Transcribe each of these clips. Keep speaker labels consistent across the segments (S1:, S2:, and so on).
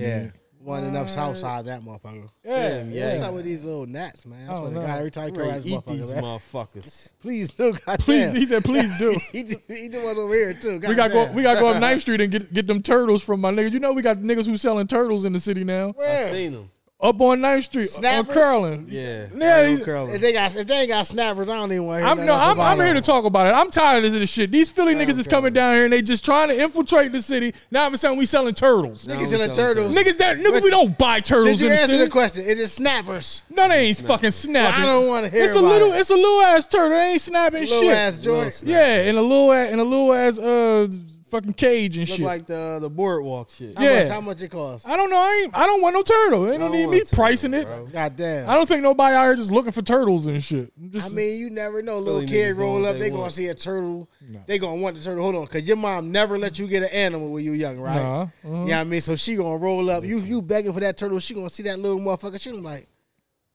S1: Yeah. One enough south side that motherfucker.
S2: Yeah,
S1: Damn,
S2: yeah.
S1: What's up with these little gnats, man? That's
S2: I
S1: what
S2: don't
S1: I got
S2: know.
S1: every time I
S3: I'm
S1: come around
S3: ready to
S1: this
S3: eat
S1: motherfucker.
S3: these
S1: man.
S3: motherfuckers.
S1: Please do,
S2: Please,
S1: goddamn.
S2: he said, please do.
S1: he, just, he the one over here too.
S2: We gotta go.
S1: goddamn.
S2: We gotta go up 9th Street and get get them turtles from my niggas. You know we got niggas who selling turtles in the city now.
S3: I
S1: Where?
S3: seen them.
S2: Up on 9th Street
S1: Snappers?
S2: on Curlin.
S3: Yeah.
S2: Yeah,
S3: Right on
S2: he's-
S3: Curlin.
S1: If they got if they ain't got snappers, I don't even want to hear
S2: I'm
S1: nothing
S2: no,
S1: else
S2: I'm,
S1: about
S2: I'm here to
S1: them.
S2: talk about it. I'm tired of this shit. These Philly niggas is coming down here and they just trying to infiltrate the city. Now all of a sudden we selling turtles.
S3: No,
S1: Niggas
S3: we
S1: in the
S3: selling
S1: turtles.
S2: Niggas that nigga, we don't buy
S1: Did
S2: turtles
S1: you
S2: in the
S1: answer the
S2: city.
S1: question? Is it snappers?
S2: No, they ain't fucking snapping.
S1: Well, I don't wanna hear
S2: It's a
S1: about
S2: little,
S1: it.
S2: it's a little ass turtle. They ain't snapping
S1: Little
S2: shit.
S1: ass joints.
S3: Little
S2: yeah, and a little, ass, and a little ass uh fucking cage and
S3: Look
S2: shit.
S3: like the the boardwalk shit.
S1: How much-
S2: Yeah.
S1: How much it costs?
S2: I don't know. I ain't. I don't want no turtle. They don't,
S3: I
S2: need
S3: want
S2: me
S3: turtle,
S2: pricing it.
S3: bro.
S1: Goddamn.
S2: I don't think nobody out here just looking for turtles and shit.
S1: I
S2: Just,
S1: mean, you never know. Little
S3: Philly niggas
S1: kid
S3: do
S1: roll
S3: what
S1: up,
S3: they
S1: they gonna
S3: want.
S1: see a turtle. They gonna want the turtle. Hold on, cause your mom never let you get an animal when you young, right?
S2: Nah, Uh-huh.
S1: Yeah, I mean, so she gonna roll up. You you begging for that turtle. She gonna see that little motherfucker. She gonna be like,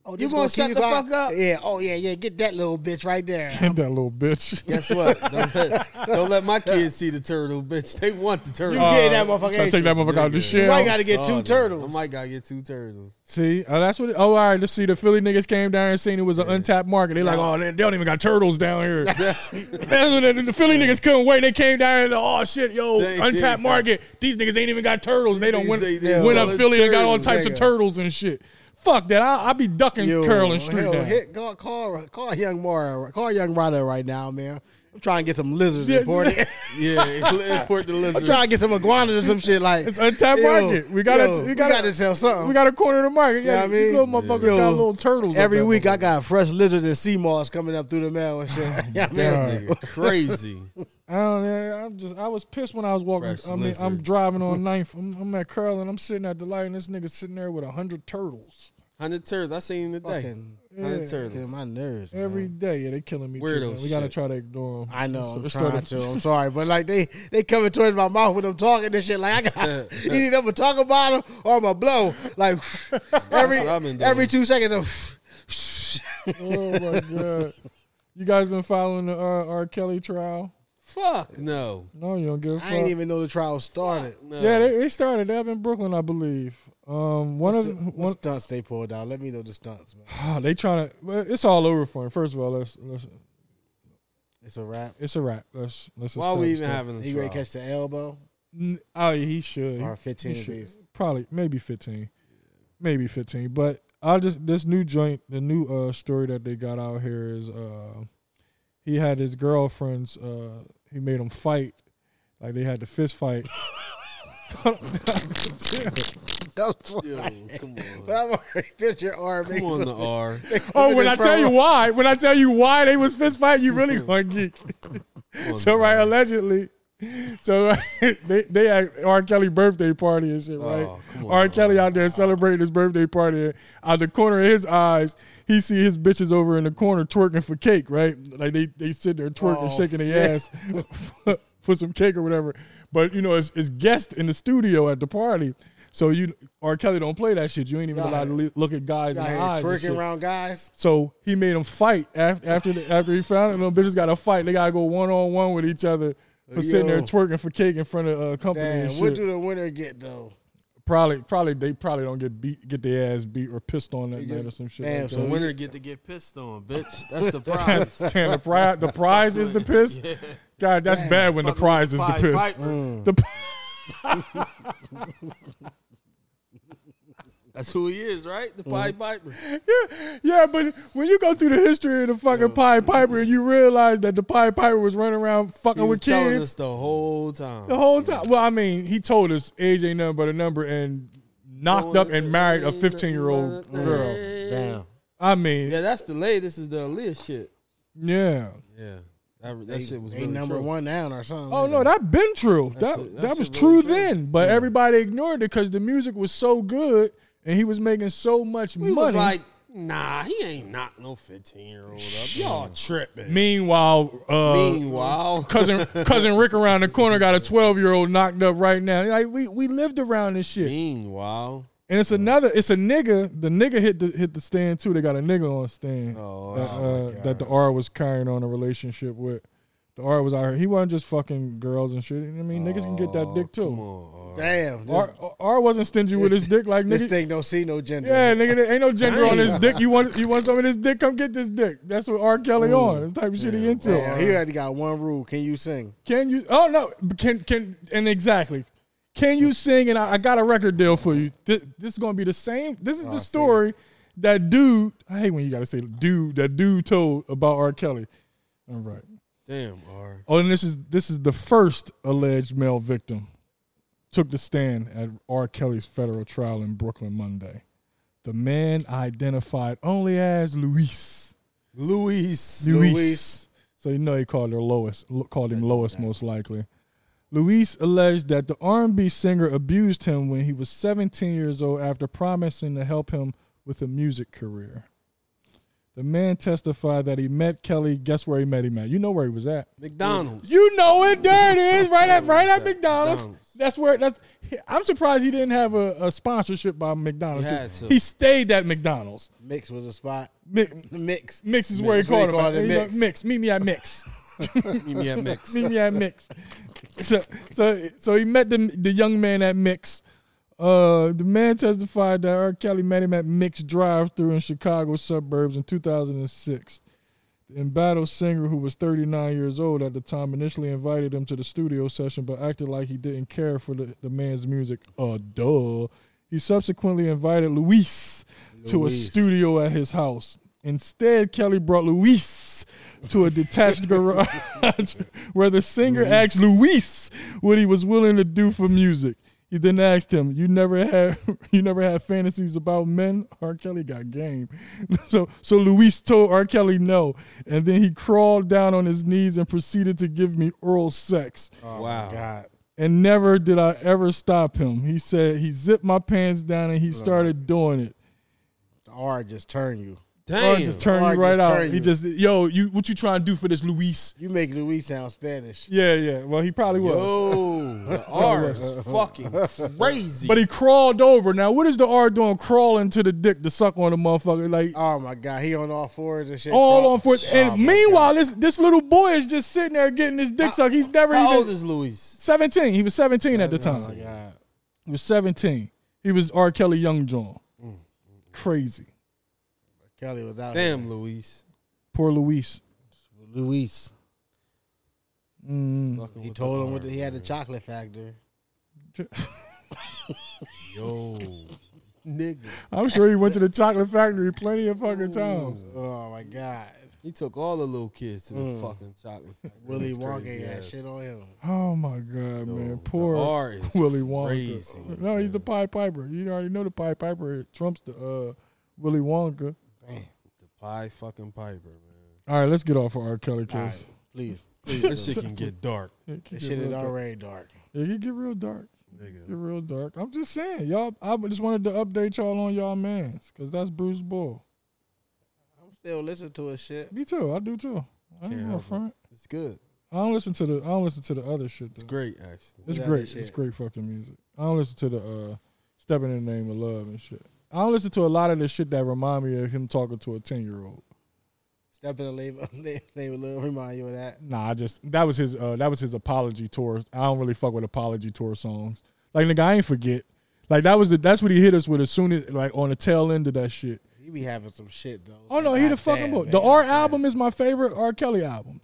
S1: oh, this
S3: You gonna
S1: keep
S3: shut
S1: you
S3: the
S1: by-
S3: fuck up?
S1: Yeah. Oh yeah, yeah. Get that little bitch right there.
S2: that little bitch.
S3: Guess what? Don't let, don't let my kids see the turtle, bitch. They want the turtle.
S1: You get that motherfucker,
S2: Try to
S1: ain't
S2: take that
S1: you?
S2: motherfucker out of the
S3: Nigga.
S2: shell.
S1: Why you gotta get
S3: Saw
S1: two
S3: that.
S1: turtles?
S3: I might gotta get two turtles.
S2: See, oh, that's what. oh, all right. Let's see. The Philly niggas came down here and seen it was an untapped market. They like, oh, they, they don't even got turtles down here. that's what they, the Philly niggas couldn't wait. They came down here and oh shit, yo,
S3: They-
S2: untapped
S3: they-
S2: market. These niggas ain't even got turtles. They don't
S3: These
S2: went,
S3: ain't- they
S2: went up
S3: selling
S2: Philly and got all
S3: turtles,
S2: types of
S1: nigga.
S2: turtles and shit. Fuck that. I I be ducking
S1: Yo,
S2: Curling Street.
S1: hell,
S2: down.
S1: hit- call, call call young Mara, call young Ryder right now, man. I'm trying to get some lizards
S2: Yes.
S1: imported.
S3: Yeah, import the lizards.
S1: I'm trying to get some iguanas or some shit like
S2: It's untapped
S1: Yo,
S2: market. We gotta,
S1: yo,
S2: we gotta,
S1: we gotta sell something.
S2: We got a corner of the market.
S1: know
S2: Yeah,
S1: what I mean?
S2: these little motherfuckers
S1: Yeah.
S2: got little turtles. up
S1: Every
S2: there.
S1: week I got fresh lizards and sea moss coming up through the mail and shit. yeah,
S2: God.
S1: man.
S3: Nigga, crazy.
S2: I don't know. I'm just. I was pissed when I was walking.
S3: Fresh
S2: I mean, I'm
S3: lizards.
S2: driving on 9th. I'm, I'm at Curl and I'm sitting at the light, and this nigga sitting there with a hundred turtles
S3: Hundred turtles. I seen him today.
S1: Fucking
S3: Hundred
S2: Yeah.
S3: turtles.
S1: killing my nerves. man.
S2: every day. Yeah, they killing me. Too,
S3: Weirdo
S2: man. we gotta
S3: shit.
S2: try to ignore them.
S1: I know I'm trying to. I'm sorry, but like they they coming towards my mouth when I'm talking this shit. Like I got either I'm gonna talk about them or I'm gonna blow. Like every
S3: what I've been doing.
S1: every two seconds. I'm
S2: oh my god. You guys been following the uh, R. Kelly trial?
S3: Fuck no.
S2: No, you don't give a fuck.
S1: I didn't even know the trial started.
S3: No.
S2: yeah, they, they started up in Brooklyn, I believe. Um, one
S1: What's
S2: of
S1: the,
S2: them-
S1: what
S2: one,
S1: stunts they pulled out? Let me know the stunts, man.
S2: Oh, they trying to. Well, it's all over for him. First of all, let's, let's
S1: It's a wrap.
S2: it's a wrap. Let's let's. just
S3: Why are we
S2: establish
S3: even
S2: that.
S3: having a
S1: You ready
S3: trial?
S1: to catch the elbow
S2: N- Oh, yeah, he should.
S1: or
S2: He
S1: 15
S2: should.
S1: piece?
S2: Probably maybe fifteen, maybe fifteen. But I just this new joint, the new uh story that they got out here is uh he had his girlfriend's uh he made them fight like they had the fist fight.
S1: That's what
S3: Yo, come on.
S1: I'm already picture R.
S3: Come on, the R.
S2: oh, when I tell you why, when I tell you why they was fist fight, you really gonna geek.
S3: Come on,
S2: So
S3: the
S2: right,
S3: R.
S2: allegedly. So right, they they had R. Kelly birthday party and shit, right?
S3: Oh, come on,
S2: R. Kelly
S3: man.
S2: out there celebrating his birthday party. Out the corner of his eyes, he see his bitches over in the corner twerking for cake, right? Like they they sitting there twerking,
S1: Oh,
S2: shaking their ass for, for some cake or whatever. But you know, it's, it's guest in the studio at the party, so you R. Kelly don't play that shit. You ain't even
S1: Y'all
S2: allowed to le- look at guys in the eyes. and shit.
S1: twerking around guys.
S2: So he made them fight after after the, after he found it. Them bitches got to fight. They got to go one on one with each other for sitting there
S3: Yo.
S2: twerking for cake in front of uh, company
S1: Damn,
S2: and shit.
S1: what do the winner get though?
S2: probably probably they probably don't get beat, get their ass beat or pissed on that night
S1: just-
S2: or some shit.
S1: Damn,
S2: like
S1: so
S3: The
S2: that.
S3: winner get to get pissed on, bitch. That's the prize.
S2: Damn, the prize the prize is the piss. God, that's bad when the prize is the
S3: Pied
S2: piss. Mm.
S3: Piper.
S1: Mm.
S2: The p-
S3: That's who he is, right? The
S1: Mm-hmm.
S3: Pied Piper.
S2: yeah, but when you go through the history of the fucking Pied Piper and you realize that the Pied Piper was running around fucking
S3: He was
S2: with
S3: telling
S2: kids,
S3: us the whole time.
S2: The whole time. Well, I mean, he told us age ain't nothing but a number and knocked up and married a 15 year old girl.
S1: Damn.
S2: I mean,
S3: Yeah, that's the lay. This is the Aaliyah shit.
S2: yeah.
S3: Yeah. That, that shit was
S1: They
S3: really
S1: number
S3: true.
S1: one down or something.
S2: Oh no, that been true.
S3: That's
S2: That
S3: it.
S2: that
S3: That's
S2: was
S3: it,
S2: true
S3: really true.
S2: then, but everybody ignored it because the music was so good and he was making so much
S3: He was
S2: money.
S3: like, nah, he ain't knocked no 15 year old up. Y'all tripping.
S2: Meanwhile, uh,
S3: Meanwhile,
S2: cousin cousin Rick around the corner got a 12 year old knocked up right now. Like we we lived around this shit.
S3: meanwhile.
S2: And it's another, it's a nigga. The nigga hit the hit the stand too. They got a nigga on stand
S3: Oh,
S2: that,
S3: oh
S2: uh, that the R was carrying on a relationship with. The art was out here. He wasn't just fucking girls and shit. I mean, niggas can get that dick
S3: Come
S2: too.
S3: Oh,
S1: Oh.
S3: on, R.
S1: Damn, this,
S2: R, R wasn't stingy with his dick. Like
S1: this
S2: nigga,
S1: thing don't see no gender.
S2: yeah, nigga, there ain't no gender on his
S1: Damn.
S2: dick. You want you want some of this dick? Come get this dick. That's what R. Kelly on. This type of shit he into.
S1: Damn, he already got one rule. Can you sing?
S2: Can you? Oh no, but can can and exactly. Can you sing? And I, I got a record deal for you. This, this is gonna be the same. This is the story that dude. I hate when you gotta say dude. That dude told about R. Kelly. All right.
S3: Damn, R.
S2: Oh, and this is this is the first alleged male victim took the stand at R. Kelly's federal trial in Brooklyn Monday. The man identified only as Luis.
S3: Luis.
S2: Luis. So you know he called her Lois. Lo- Called him Lois most likely. Luis alleged that the R&B singer abused him when he was 17 years old after promising to help him with a music career. The man testified that he met Kelly. Guess where he met him at? You know where he was at.
S3: McDonald's.
S2: You know it. There it is. Right at right at McDonald's.
S3: McDonald's.
S2: That's where. That's. I'm surprised he didn't have a, a sponsorship by McDonald's.
S3: He had to.
S2: he stayed at McDonald's.
S1: Mix was a spot.
S2: Mc-
S1: Mix.
S2: Mix is where he
S1: Mix. They
S2: called him.
S1: call
S2: at.
S1: it
S2: He like,
S1: mix.
S2: mix. Meet me at mix.
S3: Give me that mix.
S2: Meet me at mix. So so so he met the the young man at mix. Uh, the man testified that R. Kelly met him at Mix Drive-Thru in Chicago suburbs in 2006. The embattled singer, who was 39 years old at the time, initially invited him to the studio session, but acted like he didn't care for the, the man's music. Uh, duh. He subsequently invited Luis, to a
S3: Luis.
S2: studio at his house. Instead, Kelly brought Luis to a detached garage where the singer asked Luis what he was willing to do for music. He then asked him, "You never had you never had fantasies about men?" R. Kelly got game, so so Luis told R. Kelly no, and then he crawled down on his knees and proceeded to give me oral sex
S3: wow.
S1: God.
S2: and never did I ever stop him. He said he zipped my pants down and he started doing it.
S1: The R just turned you.
S2: Or
S3: Damn.
S2: just turn
S1: Or
S2: you right
S1: just
S2: out.
S1: turn
S2: He
S1: you.
S2: just yo, you what you trying to do for this Luis?
S1: You make Luis sound Spanish.
S2: Yeah, yeah. Well, he probably was.
S3: Yo, the R is fucking crazy.
S2: But he crawled over. Now, what is the R doing crawling to the dick to suck on the motherfucker? Like
S1: Oh my God, he on all fours and shit.
S2: all
S1: Bro.
S2: on foot.
S1: Oh,
S2: And
S1: my Uh,
S2: meanwhile, this this little boy is just sitting there getting his dick sucked. He's never
S3: How old
S2: even
S3: is Luis?
S2: 17. He was 17 at the
S1: God.
S2: time.
S1: Oh, my God.
S2: He was 17. He was R. Kelly Young John.
S1: Mm,
S2: Crazy.
S1: Kelly was out. Damn,
S3: Damn, Luis.
S2: Poor Luis.
S1: Luis.
S2: Mm.
S3: Fucking
S1: He
S3: with
S1: told him
S3: the
S1: what the,
S3: R.
S1: he had the chocolate factory.
S3: Yo, nigga.
S2: I'm sure he went to the chocolate factory plenty of fucking times.
S1: Oh my God,
S3: He took all the little kids to the fucking chocolate. factory.
S1: Willy
S3: That's
S1: Wonka
S3: crazy
S1: got
S3: ass.
S1: shit on him.
S2: Oh my god, man!
S3: The
S2: Poor
S3: R is
S2: Willy Wonka.
S3: Crazy.
S2: No, he's the Pied Piper. You already know the Pied Piper trumps the uh, Willy Wonka.
S3: The pie fucking Piper, man.
S2: All right, let's get off of R. Kelly
S1: All
S2: case.
S1: right, please, please.
S3: This shit can get dark,
S2: It can
S1: This
S2: get
S1: shit
S2: real
S1: is
S2: dark.
S1: already dark.
S2: It can get real dark. Get
S3: nigga.
S2: real dark. I'm just saying, y'all. I just wanted to update y'all on y'all man's because that's Bruce Bull.
S1: I'm still listening to his shit.
S2: Me too. I do too. I
S3: Can't
S2: ain't no
S3: help it.
S2: front.
S3: It's good.
S2: I don't listen to the. I don't listen to the other shit.
S3: It's
S2: Though.
S3: great, actually.
S2: It's
S1: Yeah,
S2: great.
S1: that
S2: It's
S1: shit.
S2: great fucking music. I don't listen to the uh Stepping in the Name of Love and shit. I don't listen to a lot of the shit that remind me of him talking to a ten year old.
S1: Step in the name, name of love. Remind you of that.
S2: Nah, I just that was his uh that was his apology tour. I don't really fuck with apology tour songs. Like nigga, I ain't forget. Like that was the that's what he hit us with as soon as like on the tail end of that shit.
S1: He be having some shit though.
S2: Oh no, he the fucking boy. The R album is my favorite R. Kelly album.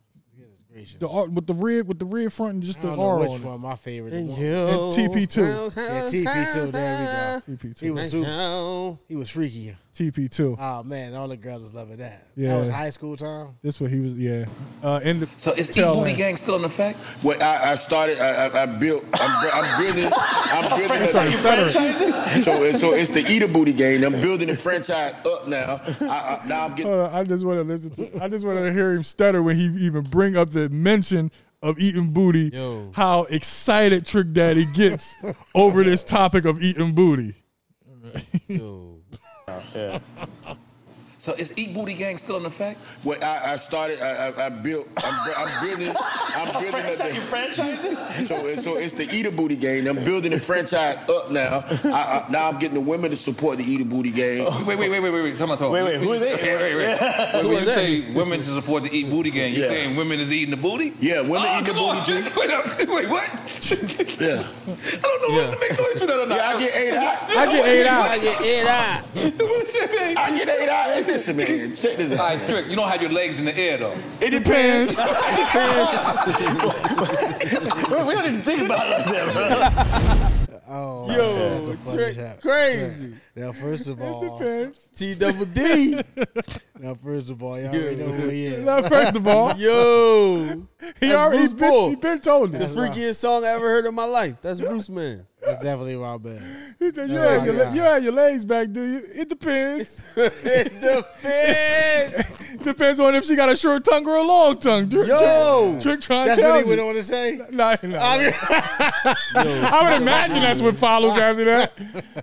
S2: The R with the red with the red front and just
S1: I
S2: the
S1: don't
S2: R
S1: know
S2: on
S1: which
S2: it.
S1: one my favorite.
S3: And
S1: one.
S3: yo,
S2: TP2.
S3: house,
S1: Yeah,
S3: house,
S1: TP2. There
S2: TP
S1: we go. He
S2: two.
S1: was
S3: house,
S1: super.
S3: house.
S1: He was freaky.
S2: TP two.
S1: Oh man, all the girls was loving that.
S2: Yeah.
S1: That was high school time.
S2: This what he was yeah. Uh in the
S4: So is E
S2: Tell
S4: Booty
S2: me.
S4: Gang still in effect?
S5: Well, I, I started. I, I, I built. I'm, bu- I'm building. I'm building. A, so, it's- so it's the eater booty game. I'm building the franchise up now. I, I, now I'm getting.
S2: Hold on, I just want to listen. To, I just want to hear him stutter when he even bring up the mention of eating booty.
S3: Yo.
S2: How excited Trick Daddy gets over this topic of eating booty.
S3: Yo,
S5: So is Eat Booty Gang still in effect? Well, I, I started. I, I, I built. I'm, bu- I'm building. I'm building. a-
S4: Franchise, you franchising?
S5: so, so it's the Eat a Booty game. I'm building the franchise up now. I, I, now I'm getting the women to support the Eat a Booty game.
S4: Oh.
S6: Wait, wait, wait, wait, wait, wait. Come on, talk.
S4: Wait, wait,
S6: When
S4: who
S6: you
S4: is
S6: say-
S4: it?
S6: Wait, wait, wait. Wait,
S3: Who
S6: When
S3: is
S6: you
S3: it?
S6: say women to support the eat booty gang, you
S5: Yeah.
S6: saying women is eating the booty?
S5: Yeah, women
S6: oh,
S5: eat the
S6: come on.
S5: booty,
S6: Wait, wait, wait, what?
S5: Yeah.
S6: I don't know whether to make noise for that or not.
S5: Yeah, I get eight out.
S2: I get eight out.
S1: I get it out.
S6: What shit, man?
S5: I get eight out. Hey, listen, man. Check this
S6: All
S5: out.
S6: right, trick. You don't have your legs in the air though.
S5: It depends.
S4: we, we don't need to think about it like that, bro.
S1: Oh, that's
S3: Yo,
S1: the funniest
S3: trick
S1: shit.
S3: crazy.
S1: Now, first of all,
S2: Depends.
S3: T double D.
S1: now first of all, y'all already know who he is.
S2: Now, first of all,
S3: Yo,
S2: he
S3: That's
S2: already
S3: Bruce
S2: been,
S3: Bull.
S2: he been told
S3: The
S2: this.
S3: freakiest song I ever heard in my life. That's Bruce Man.
S1: That's definitely Rob Bell.
S2: He said,
S1: Yeah,
S2: "Yeah, your,
S1: yeah.
S2: le- you had your legs back, do you? It depends.
S3: the fans.
S2: depends on if she got a short tongue or a long tongue." Trick,
S3: Yo.
S2: trick, trick trying to
S1: That's
S2: tell
S1: what he
S2: you.
S1: went on to say.
S2: Nah, nah. I would imagine that's what follows after that.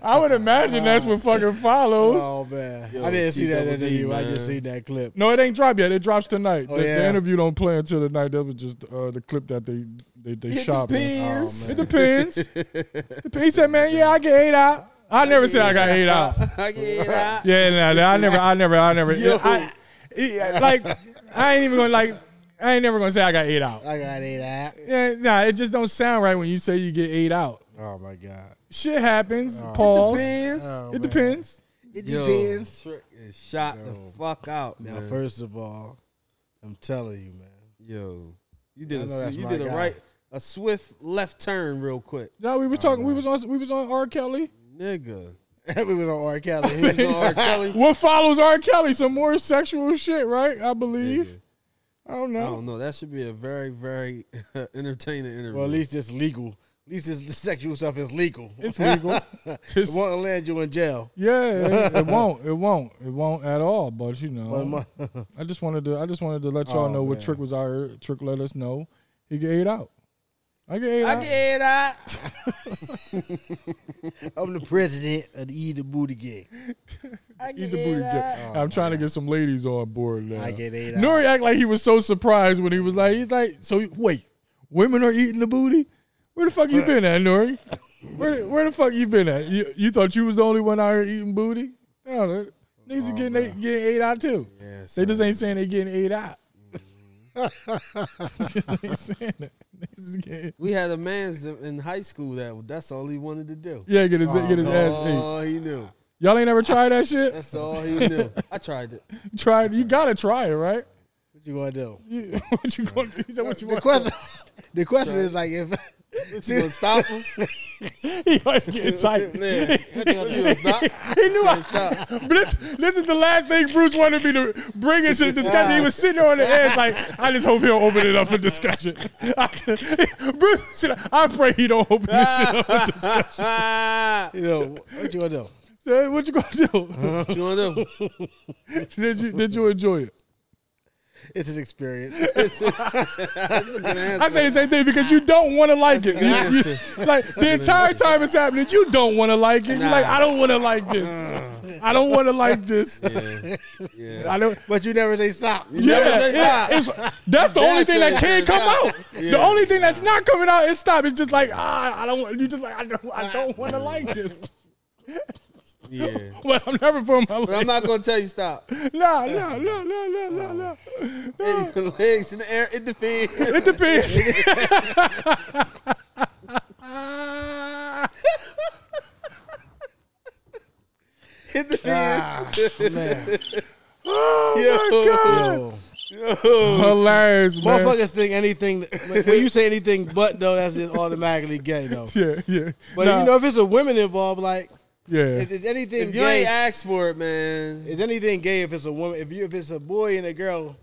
S2: I would imagine that's what fucking follows.
S1: Oh man,
S3: Yo,
S1: I didn't see that
S3: TWD,
S1: interview. I
S3: man.
S1: just seen that clip.
S2: No, it ain't dropped yet. It drops tonight.
S1: Oh,
S2: the, the
S1: yeah.
S2: interview don't play until tonight. That was just uh, the clip that they they, they
S3: It
S2: shot. man.
S3: depends.
S2: It depends. Dep- he said, "Man, yeah, I get eight out." I never said I got eight out.
S3: I get it out.
S2: Yeah, nah, nah, I never, I never, I never.
S3: Yo.
S2: I, I- like, I ain't even gonna like. I ain't never gonna say I got eight out.
S1: I got it out.
S2: Yeah, nah, it just don't sound right when you say you get eight out.
S1: Oh my god.
S2: Shit happens. Pause.
S3: Fans.
S1: Oh,
S2: It
S1: man.
S2: depends.
S1: It
S3: Yo,
S1: depends.
S3: Trick is shot the fuck out,
S1: Now,
S3: man.
S1: first of all, I'm telling you, man.
S3: Yo, you
S1: I
S3: did
S1: know
S3: a
S1: that's
S3: you
S1: my
S3: did a
S1: guy.
S3: right a swift left turn real quick,
S2: No, we was talking. We was on. We was on R. Kelly.
S3: nigga.
S1: we went on R. Kelly. He
S3: You
S1: was
S3: know
S1: on
S3: R. Kelly.
S2: What follows R. Kelly? Some more sexual shit, right? I believe. I don't
S3: I
S2: know.
S3: don't know. That should be a very very entertaining interview.
S1: Well, at least it's legal. At least it's, the sexual stuff is legal. It
S2: It's legal. Just-
S1: won't land you in jail.
S2: yeah, it, it won't. It won't. It won't at all. But you know,
S1: But my-
S2: I just wanted to. I just wanted to let y'all
S1: Oh,
S2: know what
S1: man.
S2: Trick was out here. Trick let us know he get eight out. I get eight
S3: I
S2: out.
S3: get it out.
S1: I'm the president of the Eat the Booty Gang.
S3: I
S2: Eat
S3: get
S2: the
S3: it
S2: booty.
S3: out.
S2: Jack. I'm trying to get some ladies on board now.
S1: I get eight
S2: Nori act like he was so surprised when he was like, he's like, so wait, women are eating the booty? Where the fuck you been at, Nori? Where the, where the fuck you been at? You, you thought you was the only one out here eating booty? No, that- niggas are getting eight, getting eight out too.
S3: Yeah,
S2: They
S3: son.
S2: just ain't saying they getting eight out. just ain't saying that. Niggas is getting-
S3: we had a man in high school that that's all he wanted to do.
S2: yeah, get his, get his
S3: That's
S2: ass ate.
S3: all he knew.
S2: Y'all ain't never tried that shit?
S3: That's all he knew. I tried it.
S2: Try it. You gotta try it, right?
S1: What you gonna do?
S2: You, what you gonna do? He said, what you
S1: The
S2: want?
S1: question, the question is like if
S3: You gonna stop him?
S2: He always getting tight.
S3: Man, you gonna stop?
S2: He knew I,
S3: stop.
S2: but this this is the last thing Bruce wanted me to bring into the discussion. He was sitting there on the edge, like I just hope he'll open it up for discussion. Bruce, said, I pray he don't open this shit up for discussion.
S3: Ah,
S1: you know what you gonna do?
S2: Hey, what you gonna
S3: what you gonna do?
S2: do? did you did you enjoy it?
S1: It's an experience.
S3: That's a good answer.
S2: I say the same thing because you don't want to like it.
S3: a good
S2: You- you-
S3: answer.
S2: like the entire time it's happening, you don't want to like it. You're like, I don't want to like this. I don't want to like this.
S3: yeah.
S2: I don't.
S1: But you never say stop.
S3: never say
S2: Yeah,
S3: stop.
S2: it- it's- that's the only
S3: That's
S2: thing
S3: it,
S2: that can
S3: it's
S2: come
S3: stop.
S2: out.
S3: Yeah.
S2: The only thing that's not coming out is stop. It's just like ah, I don't. want You just like I don't. I don't want to like this.
S3: yeah.
S2: But I'm never putting my
S3: But I'm
S2: legs.
S3: not gonna tell you stop.
S2: Nah, nah, nah, nah, nah, nah, nah.
S3: Oh. Hey, your legs in the air. It depends.
S2: It depends.
S3: It depends.
S2: Ah, oh
S1: Yo.
S2: my god, hilarious, man.
S1: Motherfuckers think anything like, when you say anything but though, that's just automatically gay though.
S2: Yeah, yeah.
S1: But
S2: Nah,
S1: you know, if it's a woman involved, like
S2: yeah.
S1: if it's anything
S3: If you
S1: gay,
S3: ain't asked for it, man.
S1: is anything gay if it's a woman? If you if it's a boy and a girl,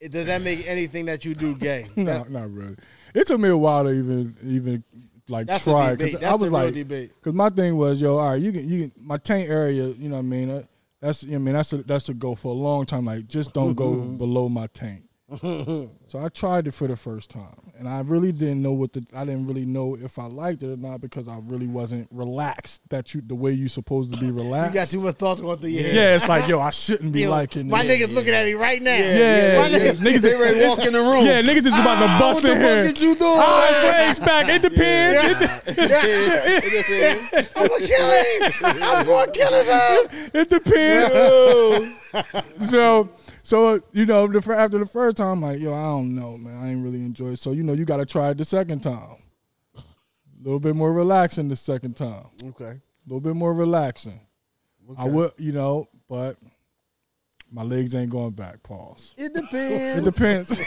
S1: it, does that make anything that you do gay?
S2: No, not really. It took me a while to even even like
S1: That's a
S2: try
S1: debate.
S2: because
S1: That's
S2: I was
S1: a real
S2: like,
S1: debate.
S2: because my thing was, yo, all right, you can you can, my tank area, you know what I mean. uh, That's you know what I mean that's a, that's a go for a long time. Like just don't go below my tank. so I tried it for the first time, and I really didn't know what the I didn't really know if I liked it or not because I really wasn't relaxed that you the way you supposed to be relaxed.
S1: You got too much thoughts going through your head.
S2: yeah, it's like yo, I shouldn't be
S1: Yo,
S2: liking
S1: my
S2: this.
S1: niggas looking at me right now.
S2: Yeah,
S1: my
S2: yeah,
S1: niggas.
S2: niggas
S3: They ready to walk in the room.
S2: Yeah, niggas is about to bust
S3: what
S2: in
S3: the fuck
S2: here.
S3: is you doing?
S2: Ah, his legs back. It depends. It de-
S1: I'm gonna kill him. I'm gonna kill his ass.
S2: It depends. so, so you know, the, fir- after the first time, like yo, I don't know, man, I ain't really enjoy it. So you know, you got to try it the second time. A little bit more relaxing the second time.
S3: okay.
S2: A little bit more relaxing. I would, you know, but my legs ain't going back. Pause.
S3: It
S2: It
S3: depends.
S2: depends.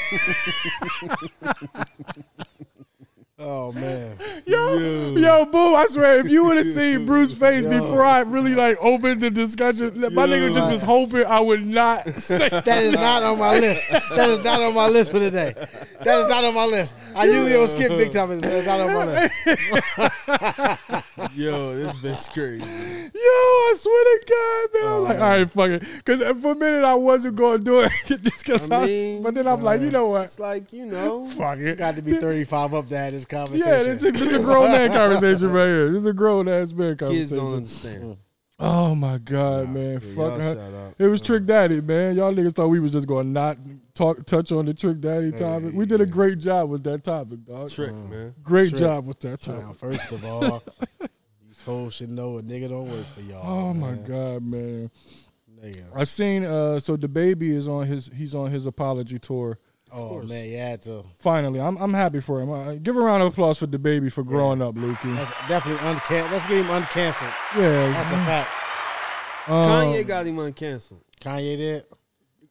S1: Oh man.
S2: Yo, yo, boo! I swear, if you would have seen Bruce's face before I really like opened the discussion, my nigga just was hoping I would not say
S1: That is not on my list. That is not on my list for today. That is not on my list. I usually don't skip big time. but That's not on my list.
S3: Yo, this bitch crazy.
S2: Yo, I swear to God, man. I'm
S3: Oh.
S2: like, all right, fuck it. Because for a minute I wasn't going to do it just because
S3: I
S2: I,
S3: mean, uh,
S2: But then I'm like, you know what?
S3: It's like you know.
S2: Fuck it.
S1: Got to be 35 up to have this conversation.
S2: Yeah, this is, this is a grown man conversation right here. This is a grown ass man
S3: Kids don't
S2: conversation.
S3: understand.
S2: Oh my God, man.
S3: y'all
S2: Fuck
S3: shout
S2: her.
S3: out.
S2: It was Trick Daddy, man. Y'all niggas thought we was just going to not talk, touch on the Trick Daddy topic. We did a great job with that topic, dog.
S3: Trick, man.
S2: Great job with that topic.
S1: Now, first of all, these hoes should know a nigga don't work for y'all.
S2: Oh my God, man.
S1: Nigga.
S2: I seen uh so the baby is on his he's on his apology tour.
S1: Oh man, you had to.
S2: Finally, I'm I'm happy for him. Uh, give a round of applause for the baby for growing up, Lukey.
S1: That's definitely uncan. Let's get him uncanceled.
S2: Yeah,
S1: That's a fact.
S2: um,
S3: Kanye got him uncanceled.
S1: Kanye did.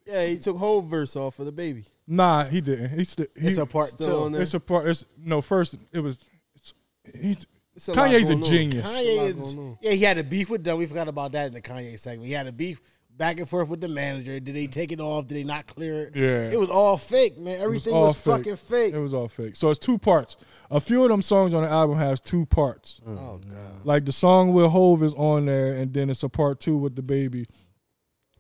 S3: Yeah, he took whole verse off for the baby.
S2: Nah, he didn't. He st- he,
S1: It's a part
S3: Still
S1: two.
S3: on there.
S2: It's a part. It's no. First, it was. It's, he's,
S3: It's a lot
S2: Kanye's a
S3: going on.
S2: genius.
S1: Kanye
S3: It's a lot
S1: is,
S3: going on.
S1: yeah, he had a beef with them. We forgot about that in the Kanye segment. He had a beef back and forth with the manager. Did they take it off? Did they not clear it?
S2: Yeah.
S1: It was all fake, man. Everything was, fucking fake.
S2: It was all fake. So it's two parts. A few of them songs on the album has two parts.
S3: Oh god.
S2: Like the song with Hove is on there, and then it's a part two with the baby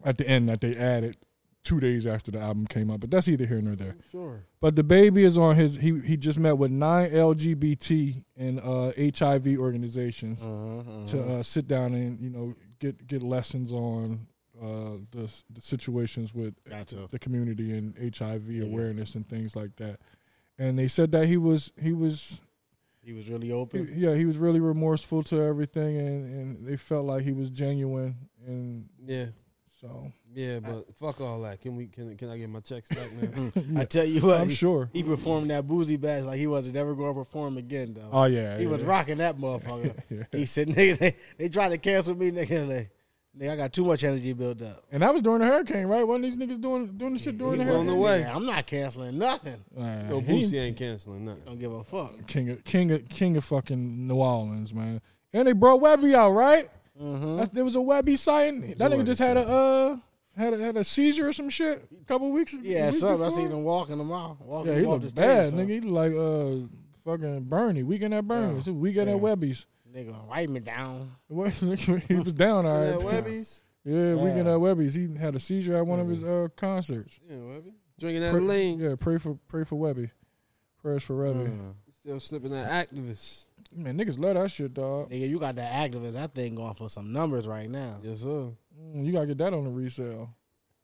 S2: at the end that they added two days after the album came out. But that's either here nor there.
S3: Sure.
S2: But the baby is on his. He he just met with nine LGBT and uh, HIV organizations
S3: Mm-hmm,
S2: to uh, sit down and you know get get lessons on uh, the s- the situations with
S1: Gotcha.
S2: the community and HIV awareness and things like that. And they said that he was he was
S1: he was really
S2: he-
S1: open.
S2: yeah he was really remorseful to everything and and they felt like he was genuine and
S3: Yeah.
S2: so
S3: Yeah, but fuck all that. Can we? Can can I get my checks back, man?
S1: I tell you what,
S2: I'm
S1: he-
S2: sure.
S1: he performed that boozy bash like he wasn't ever going to perform again though.
S2: Oh yeah,
S1: he
S2: yeah.
S1: was rocking that motherfucker.
S2: Yeah.
S1: He said, "Nigga, they, they tried to cancel me, nigga. Like, nigga, I got too much energy built up."
S2: And that was during the hurricane, right? Wasn't these niggas doing doing the shit during the
S3: was
S2: hurricane?
S3: on the way.
S1: Yeah, I'm not canceling nothing.
S2: Nah,
S3: No,
S2: he-
S3: Boosie ain't canceling nothing.
S1: Don't give a fuck.
S2: king of king of king of fucking New Orleans, man. And they brought Webby out, right? That- there was a Webby sighting. That nigga just had a uh had a, had a seizure or some shit a couple weeks.
S1: Yeah,
S2: week
S1: son, I
S2: before.
S1: seen him walking the mile. Walking
S2: Yeah, he
S1: him off
S2: looked
S1: the stage,
S2: bad,
S1: son.
S2: nigga. He looked like uh fucking Bernie. Weekend at Bernie's. Weekend at Webby's.
S1: Nigga, wipe me down.
S2: What- nigga, he was down, all
S3: Yeah,
S2: right.
S3: Webby's.
S2: Yeah, weekend at Webby's. He had a seizure at one of his uh concerts.
S3: Yeah, Webby. Drinking that
S2: Pray-
S3: lean.
S2: yeah, pray for pray for Webby. Prayers for Webby.
S3: Still slipping that activist.
S2: Man, niggas love that shit, dog.
S1: Nigga, you got that activist. That thing going for some numbers right now.
S3: Yes, sir.
S2: Mm, You gotta get that on the resale.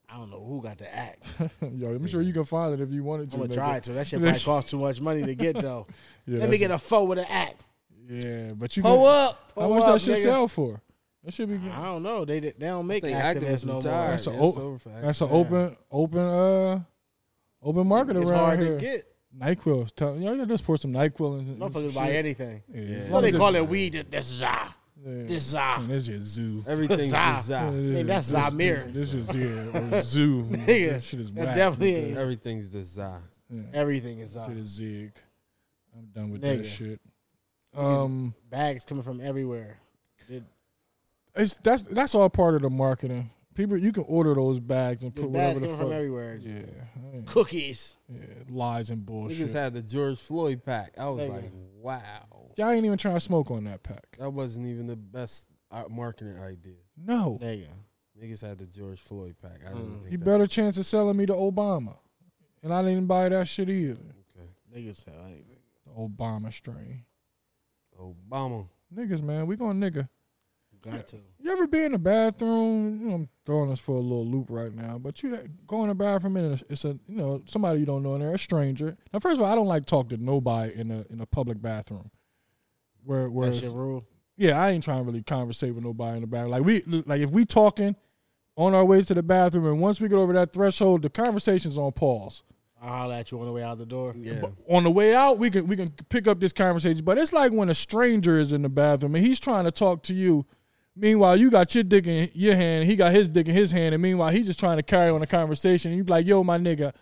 S1: I don't know who got the act.
S2: Yo, I'm sure you can find it if you wanted to.
S1: I'm gonna
S2: nigga.
S1: try to. That shit probably cost too much money to get though.
S2: Yeah,
S1: Let me get a four with an act.
S2: that's- Yeah, but you.
S1: Pull
S2: Can,
S1: up.
S2: how
S1: pull
S2: much
S1: up,
S2: that shit
S1: nigga.
S2: sell for? That should be.
S1: I don't know. They they don't
S3: I
S1: make
S3: think
S1: activists
S3: activists
S1: no
S3: retired.
S1: more.
S2: That's a
S3: Yeah,
S2: o-
S3: it's over for
S2: That's an
S3: activists.
S2: open, open, uh, open market
S1: It's
S2: around
S1: hard
S2: here.
S1: to get.
S2: Nyquil, tell y'all gotta just pour some Nyquil in.
S1: Motherfuckers buy anything.
S2: Yeah.
S1: What they call it weed? that- That's za.
S2: Yeah.
S1: This za.
S2: Man, this is zoo.
S3: Everything's
S1: Zah.
S3: desire.
S2: Yeah,
S1: that's
S2: this-
S1: Zamir.
S2: This is yeah, or zoo.
S1: Nigga,
S2: That shit is
S1: That
S2: whack.
S1: definitely ain't.
S3: Everything's desire.
S1: Everything is
S2: That
S1: za.
S2: shit is zig. I'm done with
S1: Nigga.
S2: that shit. Um.
S1: Bags coming from everywhere. Did-
S2: It's that's that's all part of the marketing. People, you can order those bags and
S1: did
S2: put
S1: Bags
S2: whatever the
S1: coming from
S2: fuck.
S1: everywhere.
S2: Yeah,
S1: Cookies.
S2: yeah, lies and
S3: Niggas
S2: bullshit.
S3: had the George Floyd pack. I was
S1: Nigga.
S3: like, wow.
S2: Y'all ain't even trying to smoke on that pack.
S3: That wasn't even the best uh, marketing idea.
S2: No,
S1: There you go.
S3: Niggas had the George Floyd pack. I didn't
S2: he
S3: think that.
S2: better chance of selling me to Obama, and I didn't buy that shit either.
S3: Okay.
S1: Niggas have anything.
S2: The Obama strain.
S1: Obama.
S2: Niggas, man, we going nigga.
S1: Got to.
S2: You ever be in the bathroom? You know, I'm throwing us for a little loop right now, but you go in the bathroom and it's, it's a you know somebody you don't know in there, a stranger. Now, first of all, I don't like talk to nobody in a in a public bathroom. Where where
S1: That shit rule.
S2: yeah, I ain't trying to really conversate with nobody in the bathroom. Like we like if we talking on our way to the bathroom, and once we get over that threshold, the conversation's on pause.
S1: I'll holler at you on the way out the door. Yeah.
S2: on the way out, we can we can pick up this conversation. But it's like when a stranger is in the bathroom and he's trying to talk to you. Meanwhile, you got your dick in your hand, he got his dick in his hand, and meanwhile he's just trying to carry on the conversation. And you be like, yo, my nigga,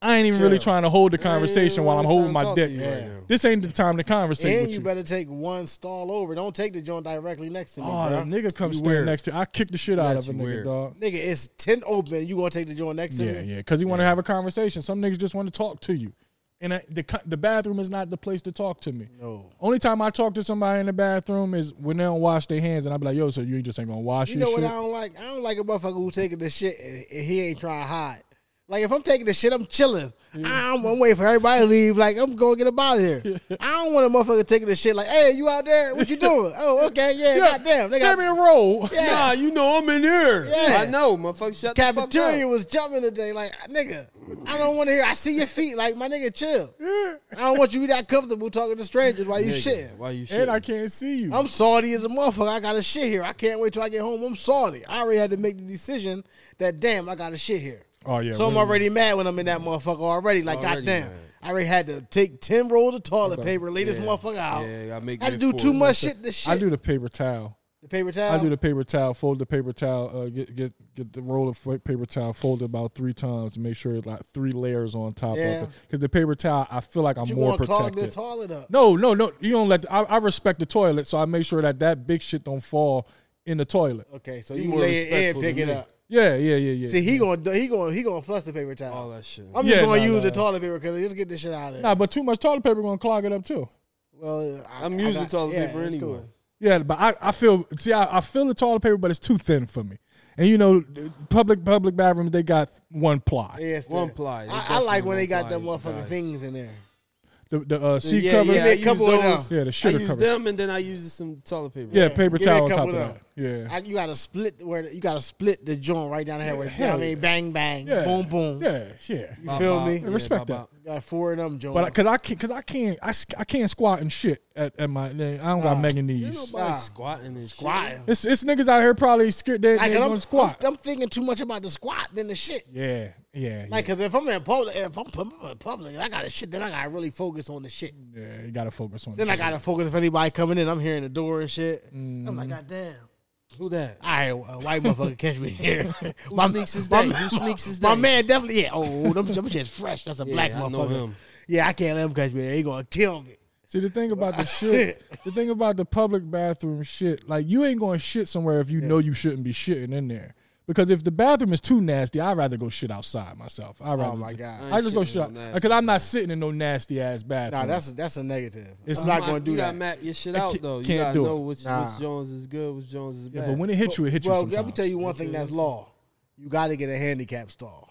S2: I ain't even really trying to hold the conversation while I'm
S3: really
S2: holding
S3: trying to
S2: my
S3: talk to
S2: dick.
S3: you right now.
S2: This ain't the time to conversate
S1: And
S2: with
S1: you
S2: you.
S1: better take one stall over. Don't take the joint directly next to me.
S2: Oh, that
S1: bruh.
S2: nigga come
S3: You
S2: stand
S3: weird.
S2: next to I kick the shit out
S3: That's
S2: of a
S3: you
S2: nigga,
S3: weird.
S2: dog.
S1: Nigga, it's 10 open. You going to take the joint next to
S2: Yeah,
S1: me?
S2: yeah, because he want to have a conversation. Some niggas just want to talk to you, and I, the co- the bathroom is not the place to talk to me.
S1: No.
S2: Only time I talk to somebody in the bathroom is when they don't wash their hands, and I be like, "Yo, so you just ain't gonna wash
S1: You
S2: your
S1: know what
S2: shit."
S1: I don't like? I don't like a motherfucker who taking the shit and, and he ain't trying to hide. Like if I'm taking the shit, I'm chilling. I'm, I'm waiting for everybody to leave. Like I'm going to get up out of here. I don't want a motherfucker taking the shit. Like, hey, you out there? What you doing? oh, okay, yeah, goddamn. They
S2: Give
S1: got
S2: me a roll.
S1: yeah.
S3: Nah, you know I'm in here.
S1: Yeah.
S3: I know, motherfucker. Shut
S1: cafeteria
S3: the
S1: was jumping today. Like, nigga, I don't want to hear. I see your feet. Like, my nigga, chill. I don't want you to be that comfortable talking to strangers while you
S3: fuck up.
S1: shit.
S3: Why you shit?
S2: and I can't see you.
S1: I'm salty as a motherfucker. I got to shit here. I can't wait till I get home. I'm salty. I already had to make the decision that damn, I got to shit here.
S2: oh yeah.
S1: So I'm
S2: wait a minute.
S1: already mad when I'm in that motherfucker already. Like,
S3: Already
S1: goddamn,
S3: mad.
S1: I already had to take ten rolls of toilet paper, lay this motherfucker out.
S3: Yeah, gotta make
S1: I had to do
S3: it for
S1: too
S3: it.
S1: much shit. This shit.
S2: I do the paper towel.
S1: the paper towel.
S2: I do the paper towel. Fold the paper towel. Uh, get get get the roll of f- paper towel. Fold it about three times to make sure it's like three layers on top
S1: Yeah.
S2: of it. Because the paper towel, I feel like I'm
S1: you
S2: more
S1: gonna clog the
S2: protected.
S1: toilet up?
S2: no, no, no. You don't let. The, I, I respect the toilet, so I make sure that that big shit don't fall in the toilet.
S1: Okay, so
S3: You
S1: you
S3: more
S1: lay it in,
S3: respectful
S1: pick
S3: than
S1: it
S3: me.
S1: up.
S2: Yeah, yeah, yeah, yeah.
S1: See, he gonna he gonna he gonna flush the paper towel.
S3: All that shit.
S1: I'm just
S2: Yeah,
S1: gonna
S2: nah,
S1: use the
S2: nah.
S1: toilet paper because let's get this shit out of there.
S2: Nah, but too much toilet paper gonna clog it up too.
S1: Well, I,
S3: I'm
S1: I
S3: using
S1: got-
S3: toilet
S1: yeah,
S3: paper
S1: it's
S3: anyway.
S1: cool.
S2: Yeah, but I, I feel see I, I feel the toilet paper, but it's too thin for me. And you know, public public bathrooms they got one ply.
S1: Yeah, it's
S3: One
S1: the-
S3: ply. They
S1: I, I like when they got the
S3: definitely one ply,
S1: motherfucking
S3: guys.
S1: things in there.
S2: The the uh, seat
S3: yeah,
S2: covers.
S3: Yeah,
S1: me a
S3: I used
S1: couple of
S3: those.
S2: those. Yeah, the
S3: I
S2: shitter
S3: used
S2: covers.
S3: them, and then I used some toilet paper.
S2: Yeah, paper
S1: Give me a
S2: towel on top
S1: couple
S2: of
S1: of
S2: that. Yeah.
S1: I, you gotta split where the- you gotta split the joint right down the head. Where you know
S2: hell
S1: what I mean,
S2: yeah.
S1: bang bang,
S2: yeah.
S1: boom boom.
S2: Yeah, yeah. You
S1: You
S2: feel?
S1: feel me?
S2: I respect
S3: bop,
S2: that.
S1: Got four of them joints.
S2: But because I can't, because I can't, I, s- I can't squat and shit at, at my. I don't got making
S3: Ain't
S2: these.
S3: nobody
S1: Nah.
S3: squatting and
S1: squatting.
S2: It's it's niggas out here probably scared they
S1: Like,
S2: they
S1: 'cause
S2: gonna
S1: I'm,
S2: squat.
S1: I'm, I'm thinking too much about the squat than the shit.
S2: yeah, yeah,
S1: Like, cause if I'm in public, if I'm, I'm in public and I got to shit, then I gotta really focus on the shit.
S2: yeah, yeah. You gotta focus on.
S1: Then
S2: the
S1: I
S2: shit.
S1: gotta focus if anybody coming in. I'm hearing the door and shit. I'm like, God damn.
S3: Who that?
S1: All right, a white motherfucker catch me here. Who
S3: sneaks his day? Who sneaks his
S1: My
S3: day?
S1: man definitely, yeah. Oh, them, them shit's fresh. That's a black
S3: I
S1: motherfucker.
S3: know him.
S1: Yeah, I can't let him catch me there. He gonna kill me.
S2: See the thing about the shit, the thing about the public bathroom shit, like you ain't going to shit somewhere if you know you shouldn't be shitting in there. Because if the bathroom is too nasty, I'd rather go shit outside myself. I rather.
S1: Oh my God.
S2: I just go
S3: ain't
S2: shit
S3: shitting
S2: out
S3: in no
S2: because I'm not sitting in no nasty ass bathroom.
S1: Nah, that's that's a negative.
S2: It's
S1: I'm not
S2: not-
S1: gonna do
S3: you
S1: that.
S3: gotta map your shit
S2: I
S3: out
S2: can't-
S3: though. You
S2: can't
S3: gotta
S2: do
S3: know
S2: it.
S3: which,
S1: Nah.
S3: which Jones is good, which Jones is bad.
S2: yeah, but when it hits you, it hits
S1: well,
S2: you.
S1: let me
S2: Sometimes.
S1: tell you one thing that's law. You got to get a handicap stall.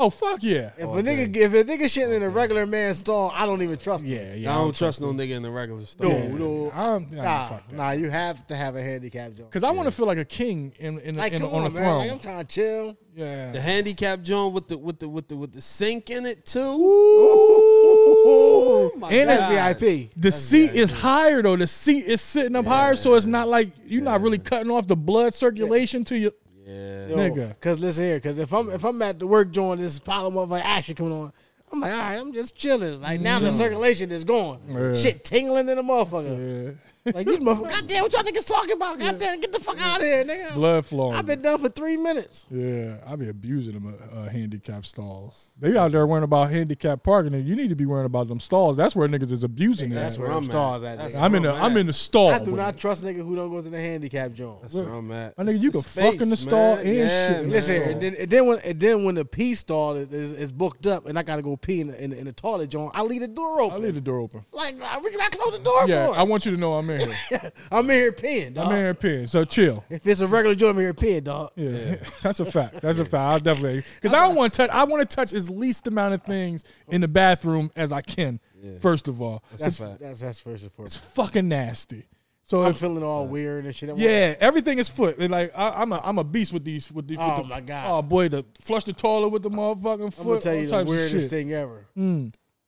S2: Oh fuck yeah.
S1: If a nigga, if a nigga shitting in a regular man's stall, I don't even trust him.
S2: Yeah,
S3: I
S2: yeah.
S3: don't trust no nigga in the regular store.
S1: No,
S2: Yeah.
S1: no.
S2: I'm, nah,
S1: Nah,
S2: fuck that.
S1: nah, you have to have a handicap joint.
S2: Cause I want to feel like a king in, in,
S1: Like,
S2: in,
S1: come
S2: on, a
S1: on, man.
S2: throne.
S1: Like, I'm trying to chill.
S3: The
S2: yeah.
S3: handicap joint with the with the with the with the sink in it too. Oh my
S2: And
S3: God.
S1: That's
S2: it's
S1: VIP.
S2: The seat is higher though. The seat is sitting up higher, so it's not like you're not really cutting off the blood circulation to your.
S3: Yeah.
S2: Nigga.
S1: Cause listen here, cause if I'm if I'm at the work doing this pile of motherfucking action coming on, I'm like, all right, I'm just chilling. Like now the circulation is going. Shit tingling in the motherfucker. Like you motherfucker, goddamn, what y'all niggas talking about? Goddamn, get the fuck out of here, nigga.
S2: Blood flowing.
S1: I've been done for three minutes.
S2: yeah, I be abusing them uh, uh, handicap stalls. They out there worrying about handicap parking, and you need to be worrying about them stalls. That's where niggas is abusing
S1: That's
S2: that.
S1: where I'm stars at. nigga.
S2: I'm in the I'm in the stall.
S1: I do
S2: with
S1: not
S2: it.
S1: trust niggas who don't go to the handicap joint.
S3: That's where I'm at.
S2: My nigga,
S3: It's
S2: you
S3: the
S2: can fuck in the
S3: space,
S2: stall
S3: man.
S2: and
S3: Yeah,
S2: shit.
S3: man.
S1: Listen, and then, and then when and then when the pee stall is, is, is booked up and I gotta go pee in the, in the, in the toilet joint, I leave the door
S2: I
S1: open.
S2: leave the door open.
S1: like, why would you gotta close the door
S2: Yeah,
S1: for?
S2: I want you to know I'm in in here.
S1: I'm in here peeing, dog.
S2: I'm in here peeing. So chill.
S1: if it's a regular joint, I'm in here peeing, dog.
S2: Yeah, that's a fact. That's a fact. I definitely because I don't want to touch. I want to touch as least amount of things in the bathroom as I can. First of all,
S1: That's that's, that's first and
S2: it's
S1: foremost.
S2: fucking nasty. So
S1: I'm
S2: if,
S1: feeling all weird and shit. I'm
S2: yeah, everything is foot. And, Like I, I'm a I'm a beast with these with these.
S1: Oh,
S2: with the,
S1: my God.
S2: Oh boy, the flush the toilet with the motherfucking foot.
S1: I'm gonna tell
S2: all
S1: you the
S2: types of shit. Hmm.
S1: weirdest thing ever.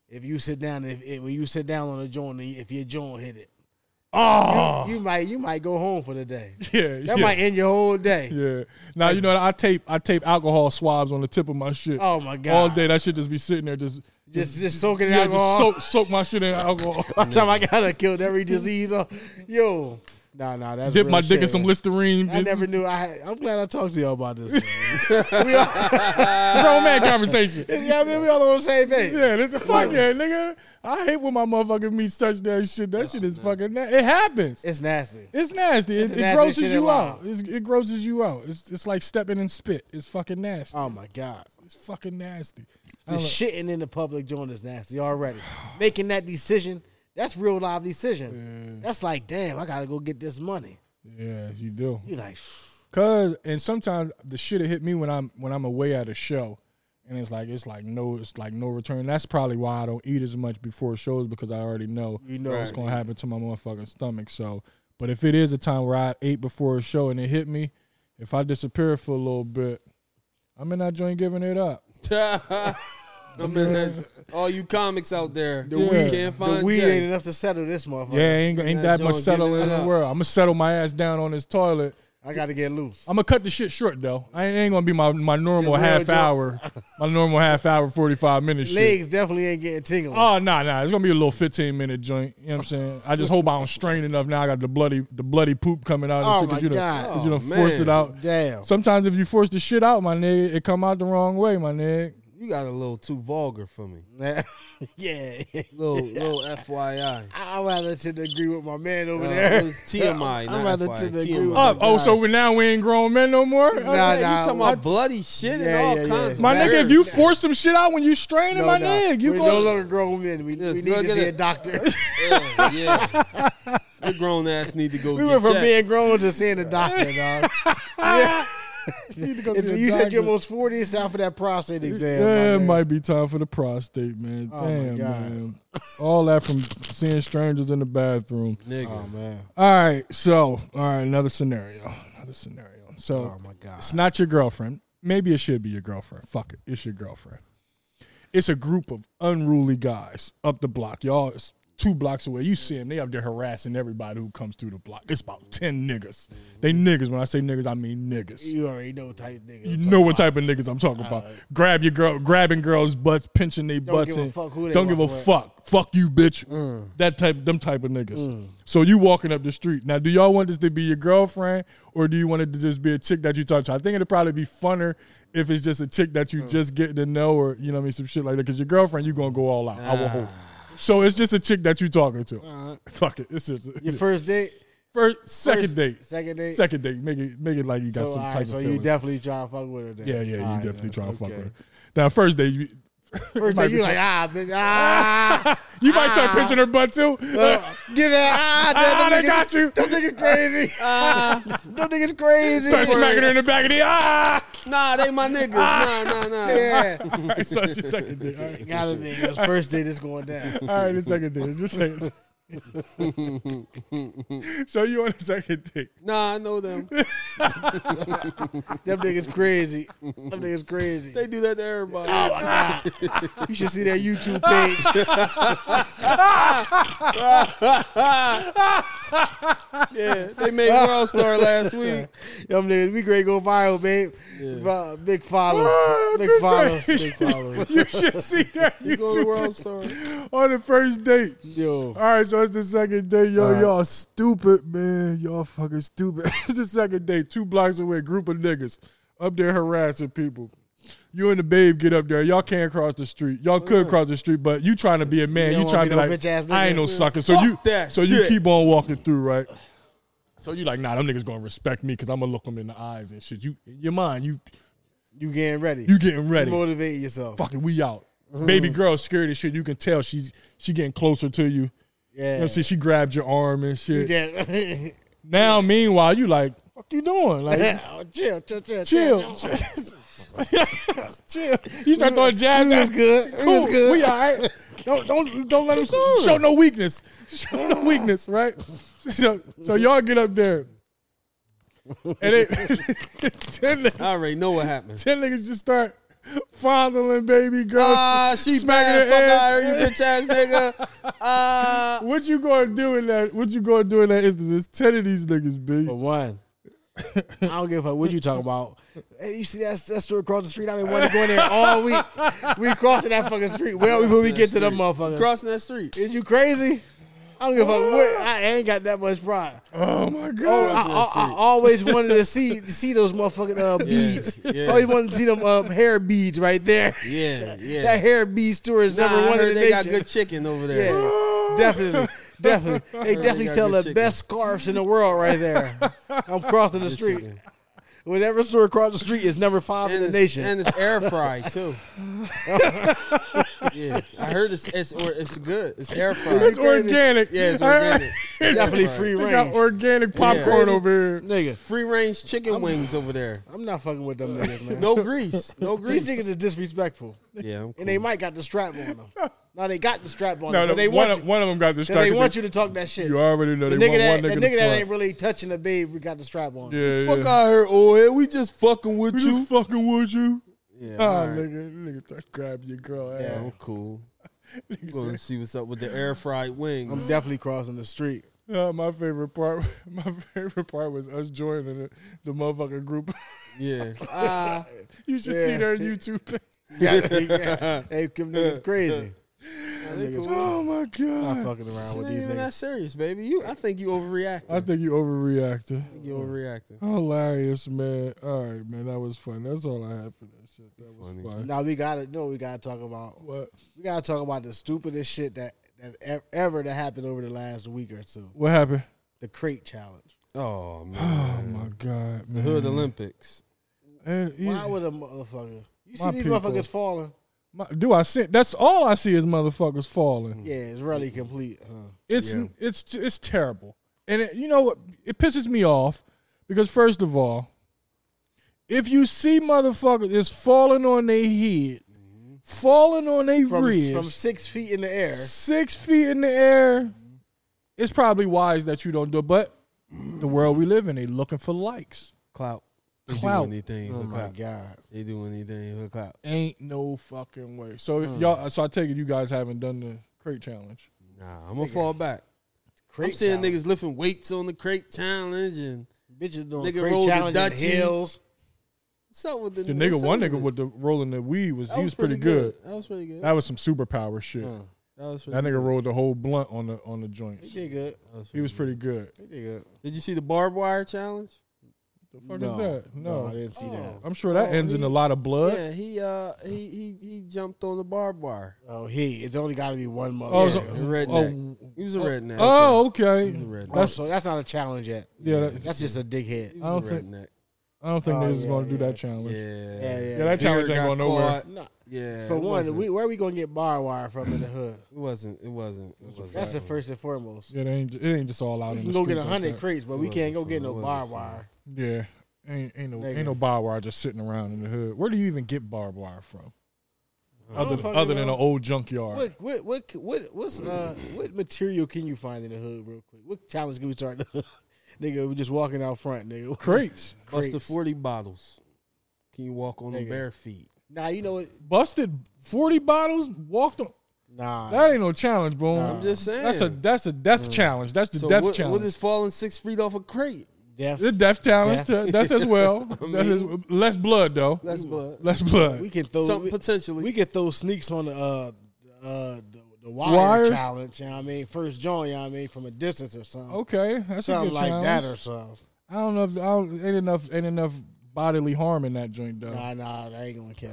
S1: If you sit down, if, if when you sit down on a joint, and if your joint hit it,
S2: Oh
S1: you might you might go home for the day.
S2: yeah,
S1: That
S2: yeah,
S1: might end your whole day.
S2: yeah. Now you know I tape I tape alcohol swabs on the tip of my shit.
S1: Oh my god!
S2: All day that shit just be sitting there just
S1: just just soaking in
S2: yeah just
S1: alcohol.
S2: soak soak my shit in alcohol.
S1: By the time I gotta killed every disease, oh, yo, nah, nah, that's
S2: Dip
S1: real
S2: my dick in
S1: shit.
S2: some Listerine.
S1: I never knew. I had, I'm glad I talked to y'all about this. we all,
S2: grown man conversation.
S1: yeah, I mean, we all on the same page.
S2: Yeah, this the fuck yeah, nigga. I hate when my motherfucking meats touch that shit. That
S1: Oh,
S2: shit is fucking. Na- it happens.
S1: It's nasty.
S2: It's nasty. It,
S1: the
S2: it
S1: nastiest
S2: grosses
S1: shit
S2: you
S1: in
S2: out.
S1: life.
S2: It's, it grosses you out. It's it's like stepping in spit. It's fucking nasty.
S1: Oh my god,
S2: It's fucking nasty. I
S1: the
S2: don't know.
S1: shitting in the public joint is nasty already. Making that decision, that's real live decision. That's like, damn, I gotta go get this money.
S2: yeah, you do.
S1: You like,
S2: Cause and sometimes the shit hit me when I'm when I'm away at a show, and it's like it's like no it's like no return. That's probably why I don't eat as much before shows because I already know
S1: You know
S2: what's
S1: it.
S2: gonna happen to my motherfucking stomach. So, but if it is a time where I ate before a show and it hit me, if I disappear for a little bit, I'm in that joint giving it up.
S3: I'm in that- all you comics out there, the
S2: weed-
S3: can't find
S1: the weed
S3: Jay.
S1: ain't enough to settle this motherfucker.
S2: Yeah, ain't, ain't that
S3: that
S2: much
S3: joint,
S2: settling
S3: giving
S2: in
S3: it
S2: the
S3: up.
S2: world. I'm gonna settle my ass down on this toilet.
S1: I gotta get loose.
S2: I'm gonna cut the shit short though. I ain't, ain't gonna be my, my normal
S1: real
S2: half
S1: joint.
S2: hour, my normal half hour, forty five minutes. shit.
S1: Legs definitely ain't getting tingling.
S2: Oh nah, nah. It's gonna be a little fifteen minute joint. You know what I'm saying? I just hope I don't strain enough. Now I got the bloody the bloody poop coming out. And
S1: Oh,
S2: shit 'cause
S1: my
S2: you done-
S1: God.
S2: 'cause you done
S3: Oh,
S2: forced
S3: man.
S2: it out.
S1: Damn.
S2: Sometimes if you force the shit out, my nigga, it come out the wrong way, my nigga.
S3: You got a little too vulgar for me.
S1: yeah, yeah.
S3: Little little FYI.
S1: I- I'd rather tend to agree with my man over
S3: Uh, it
S1: there.
S3: was
S1: I'm
S3: TMI. not
S1: rather
S3: FYI,
S1: to the
S3: TMI.
S1: group.
S2: Oh, oh, so we now we ain't grown men no more.
S1: Nah, nah.
S3: you talking
S1: I-
S3: about bloody shit and
S1: Yeah,
S3: all
S1: yeah, yeah.
S3: kinds of
S2: My
S3: bad
S2: nigga, if you
S3: shit.
S2: force some shit out when you straining,
S1: No,
S2: my
S1: no.
S2: nigga, you
S1: We're no
S2: go.
S1: longer grown men. We,
S3: Yes,
S1: we
S3: look
S1: need to
S3: at
S1: see a
S3: it.
S1: doctor.
S3: Yeah, yeah. Your grown ass need to go
S1: we
S3: get
S1: went from
S3: checked.
S1: being grown to seeing a doctor, dog.
S2: You need to go to
S1: It's-
S2: the
S1: you said
S2: doctor.
S1: you're almost 40. It's time for that prostate exam.
S2: Yeah, it
S1: my
S2: might be time for the prostate, man.
S1: Oh, my
S2: Damn,
S1: God.
S2: man. All that from seeing strangers in the bathroom.
S1: nigga. Oh, man.
S2: All right, so all right, another scenario, another scenario. So
S1: Oh, my God.
S2: it's not your girlfriend. Maybe it should be your girlfriend. Fuck it, it's your girlfriend. It's a group of unruly guys up the block. Y'all, it's two blocks away. You see them? They up there harassing everybody who comes through the block. It's about ten niggas. They niggas. When I say niggas, I mean niggas.
S1: You already know what type of nigga.
S2: You
S1: I'm
S2: know what type of niggas I'm talking about. Grab your girl, grabbing girls' butts, pinching their butts.
S1: give a
S2: and-
S1: fuck who they
S2: don't give a
S1: walking with. Mm.
S2: fuck. Fuck you, bitch. That type, them type of niggas. So you walking up the street. Now, do y'all want this to be your girlfriend or do you want it to just be a chick that you talk to? I think it'd probably be funner if it's just a chick that
S1: Mm.
S2: you just getting to know or, you know what I mean, some shit like that. Because your girlfriend, you going to go all out. I will hope. So it's just a chick that you talking to. Fuck it. It's just
S1: Your first date?
S2: first, second
S1: first-
S2: date.
S1: Second date?
S2: Second date. Make it make it like you got
S1: So,
S2: some
S1: all
S2: type
S1: right,
S2: of
S1: so you
S2: feelings.
S1: definitely try to fuck with her then.
S2: Yeah, yeah, you
S1: All right,
S2: definitely
S1: then.
S2: trying to fuck
S1: Okay.
S2: with her. Now, first day, you,
S1: First
S2: might
S1: date,
S2: be
S1: you like,
S2: fuck-
S1: ah, bitch, ah.
S2: you might start pinching her butt too.
S1: Uh, Get out. Ah,
S2: Ah,
S1: damn, them
S2: they
S1: niggas-
S2: got you. Ah.
S1: Them niggas crazy. Them niggas crazy.
S2: start smacking her in the back of the ah.
S3: Nah, they my niggas. Nah, nah, nah.
S1: Yeah.
S2: All right, so it's your second day. All right,
S1: Gotta be. It was first date is going down.
S2: all right the second day. Just second day. so you on the second date?
S3: Nah, I know them.
S1: Them niggas crazy. Them niggas crazy.
S3: They do that to everybody.
S1: You should see their YouTube
S2: Ah.
S1: page.
S3: Yeah, they made World Star last week.
S1: Them niggas, we great go viral, babe. Fi- Big follow. Big
S2: Good
S1: follow.
S2: say-
S1: Big follow.
S2: You should see that
S3: Go to
S2: YouTube
S3: World Star.
S2: on the first date.
S1: Yo.
S2: All right, so it's the second day, yo. Y'all stupid, man. Y'all fucking stupid. it's the second day, two blocks away, group of niggas up there harassing people. You and the babe get up there. Y'all can't cross the street. Y'all could cross the street, but you trying to be a man.
S1: You
S2: You,
S1: don't
S2: trying
S1: wanna
S2: to be
S1: be no
S2: like,
S1: bitch-ass
S2: I
S1: nigga.
S2: ain't no sucker. So you,
S3: that
S2: so you
S3: shit.
S2: keep on walking through, right? So you like, nah, them niggas gonna respect me because I'm gonna look them in the eyes and shit. You, in your mind, you,
S1: You getting ready.
S2: you getting ready
S1: motivating yourself.
S2: Uh-huh. fucking we out. Baby girl scared as shit. You can tell she's she getting closer to you. You know what
S1: Yeah.
S2: I'm saying? She grabbed your arm and shit.
S1: Yeah.
S2: Now, meanwhile, you like, fuck you doing? Like,
S1: Oh, chill, chill, chill,
S2: chill.
S1: chill.
S2: chill. You start throwing jabs
S1: We
S2: at
S1: was good. We was
S2: Cool.
S1: good.
S2: We all right. Don't, don't, don't let him show no weakness. Show no weakness, right? So, so y'all get up there. And they, 10, niggas,
S3: I already know what happened.
S2: 10 niggas just start fondling baby
S1: Oh,
S2: girls.
S3: Ah, she
S2: smacking her
S3: smacking fuck out
S2: ass.
S3: of here, you bitch ass nigga. Ah.
S2: What you gonna do in that? What you gonna do in that instance? It's ten of these niggas, B.
S1: For one. I don't give a fuck what you talking about. Hey, you see that, that store across the street? I've been wanting to go in there all week. We crossing that fucking street. Well, before we
S3: that
S1: get to them
S3: street.
S1: motherfuckers.
S3: Crossing that street.
S1: Is you crazy? I don't give a fuck what. I ain't got that much pride.
S2: Oh my god!
S1: Oh, I, I, I always wanted to see see those motherfucking uh, beads.
S3: yeah.
S1: Always wanted to see them um, hair beads right there.
S3: Yeah, yeah.
S1: That hair bead store is
S3: Nah,
S1: number
S3: I
S1: one in the
S3: heard they got
S1: nation.
S3: good chicken over there.
S1: Yeah, definitely, definitely. They definitely
S3: got
S1: sell
S3: good
S1: the
S3: chicken.
S1: best scarves in the world right there. I'm crossing the
S3: Good
S1: street.
S3: chicken.
S1: Whatever store across the street is number five in the
S3: it's,
S1: nation.
S3: and it's air fried too. yeah, I heard it's it's or it's good. It's air fried.
S2: it's organic.
S3: Yeah, it's organic.
S1: definitely
S3: Right.
S1: free
S2: They got
S1: range,
S2: organic popcorn
S3: Yeah.
S2: over here.
S1: nigga.
S3: Free range chicken wings over there.
S1: I'm not fucking with them niggas, man.
S3: No grease. No
S1: These
S3: grease.
S1: niggas is disrespectful,
S3: yeah, I'm
S1: and they might got the strap on them. Now they got the strap on,
S2: No,
S1: them,
S2: no
S1: but they
S2: one,
S1: want
S2: of,
S1: you,
S2: one of them got
S1: so they
S2: distracted.
S1: want you to talk that shit.
S2: You already know
S1: the
S2: they
S1: nigga
S2: want
S1: that,
S2: one nigga,
S1: the
S2: in
S1: nigga
S2: the
S1: that
S2: front.
S1: ain't really touching the babe, we got the strap on.
S2: yeah,
S3: Fuck
S2: yeah.
S3: out here,
S1: oh,
S3: old head. We just fucking with
S2: We
S3: you.
S2: just fucking with you.
S3: Yeah,
S2: Ah,
S3: all right.
S2: nigga, nigga, start grabbing your girl. ass.
S3: Yeah, I'm cool. Going to see what's up with the air fried wings.
S1: I'm definitely crossing the street.
S2: Uh, my favorite part. My favorite part was us joining the, the motherfucking group.
S3: yeah. Ah.
S2: you should
S1: Yeah.
S2: see their YouTube. Page.
S1: Yeah, hey, them niggas crazy. Them niggas
S2: Oh my god!
S1: fucking around
S3: It
S1: with
S3: ain't
S1: these
S3: even
S1: niggas.
S3: that serious, baby. You, I think you overreacted.
S2: I think you overreacted.
S3: you overreacted.
S2: Hilarious, man. All right, man. That was fun. That's all I had for that shit. That was fun.
S1: Now we gotta no, we gotta talk about
S2: What
S1: we gotta talk about the stupidest shit that that ev- ever that happened over the last week or two.
S2: what happened?
S1: The crate challenge.
S3: Oh man,
S2: Oh my god, man.
S3: Hood Olympics.
S2: And he-
S1: Why would a motherfucker? You see
S2: My
S1: these
S2: people.
S1: motherfuckers falling?
S2: my- do I see? That's all I see is motherfuckers falling.
S1: Yeah, it's really complete. Huh?
S2: It's it's it's terrible, and it, you know what? It pisses me off because first of all, if you see motherfuckers is falling on their head, falling on their
S1: Mm-hmm. From
S2: ribs,
S1: from six feet in the air.
S2: six feet in the air,
S1: Mm-hmm.
S2: it's probably wise that you don't do it. But the world we live in, they looking for likes.
S3: Clout. They
S2: Clout.
S3: do anything
S1: Oh
S3: for
S1: my
S3: clout.
S1: god.
S3: They do anything for clout.
S2: Ain't no fucking way. So
S1: Hmm.
S2: y'all, so I take it you guys haven't done the crate challenge.
S3: Nah, I'm gonna fall back.
S1: Crate
S3: I'm seeing
S1: challenge.
S3: niggas lifting weights on the crate challenge and
S1: bitches doing
S3: nigga
S1: crate
S3: rolled the
S1: challenge in
S3: Dutchie.
S1: hills.
S3: what's up with the,
S2: The nigga,
S3: what's up
S2: one
S3: with
S2: nigga
S3: it?
S2: with the rolling the weed was
S3: That
S2: he was pretty, good.
S3: That was pretty good.
S2: That was some superpower shit.
S3: That was pretty
S2: That
S3: good.
S2: nigga rolled the whole blunt on the on the joints.
S1: He did good.
S3: That was
S2: He
S3: pretty
S2: was pretty good.
S1: He did good.
S3: good. Did you see the barbed wire challenge?
S2: The fuck is that? No,
S1: I didn't see that.
S2: I'm sure that
S3: Oh,
S2: ends in
S3: he-
S2: a lot of blood.
S3: Yeah, he uh he he he jumped on the barbed wire.
S1: Oh, he. It's only got to be one mother.
S2: Oh,
S1: Oh,
S3: Yeah,
S2: so-
S3: it was a redneck. He was a redneck.
S2: Oh, okay.
S3: He's a redneck.
S2: That's
S1: so that's not a challenge yet.
S2: yeah. that-
S1: That's just a dickhead.
S3: he
S2: I don't
S3: was a
S2: think-
S3: redneck.
S2: I don't think
S1: Oh,
S2: niggas is
S1: yeah,
S2: gonna do
S1: yeah.
S2: that challenge.
S3: Yeah,
S1: Yeah, yeah.
S2: Yeah, that challenge ain't
S3: Beard got
S2: going nowhere.
S3: caught.
S1: Nah.
S3: Yeah.
S1: For
S3: it
S1: one,
S3: wasn't-
S1: we, where we gonna get barbed wire from in the hood?
S3: It wasn't. It wasn't. It wasn't.
S1: That's the first and foremost.
S2: Yeah, it ain't it ain't just all out.
S1: We
S2: in
S1: can
S2: the
S1: go get a
S2: streets like
S1: hundred
S2: that.
S1: crates, but we
S3: was
S1: can't
S3: a
S1: go get
S3: fool. It
S1: no
S3: was a
S1: barbed
S3: fool.
S1: wire.
S2: Yeah, ain't ain't no
S1: Nigga.
S2: ain't no barbed wire just sitting around in the hood. Where do you even get barbed wire from? Other than,
S1: fucking
S2: other than an
S1: know.
S2: old junkyard.
S1: What what what what what's uh what material can you find in the hood real quick? What challenge can we start? in the hood? nigga, we just walking out front, nigga.
S2: Crates,
S3: Bust the
S1: crates.
S3: forty bottles. Can you walk on them
S1: Nigga.
S3: bare feet?
S1: Nah, you know what?
S2: busted forty bottles, walked on.
S1: Nah,
S2: That ain't no challenge, boom.
S3: I'm just saying.
S2: That's a that's a death
S1: Mm.
S2: challenge. That's the
S3: so
S2: death
S3: what,
S2: challenge.
S3: What is falling six feet off a crate?
S1: def-
S2: the death challenge,
S1: Death.
S2: to- death as well. Death is- less blood though.
S3: That's blood.
S2: Less blood.
S1: we can throw
S3: Something
S1: we-
S3: potentially.
S1: We could throw sneaks on the uh, uh, the, the wire
S2: Wires?
S1: challenge. You know what I mean, first joint. You know what I mean, from a distance or something.
S2: okay, that's a
S1: Something
S2: good
S1: like
S2: challenge.
S1: that or something.
S2: I don't know if I don't, ain't enough ain't enough bodily harm in that joint though.
S1: Nah, nah, that ain't gonna catch.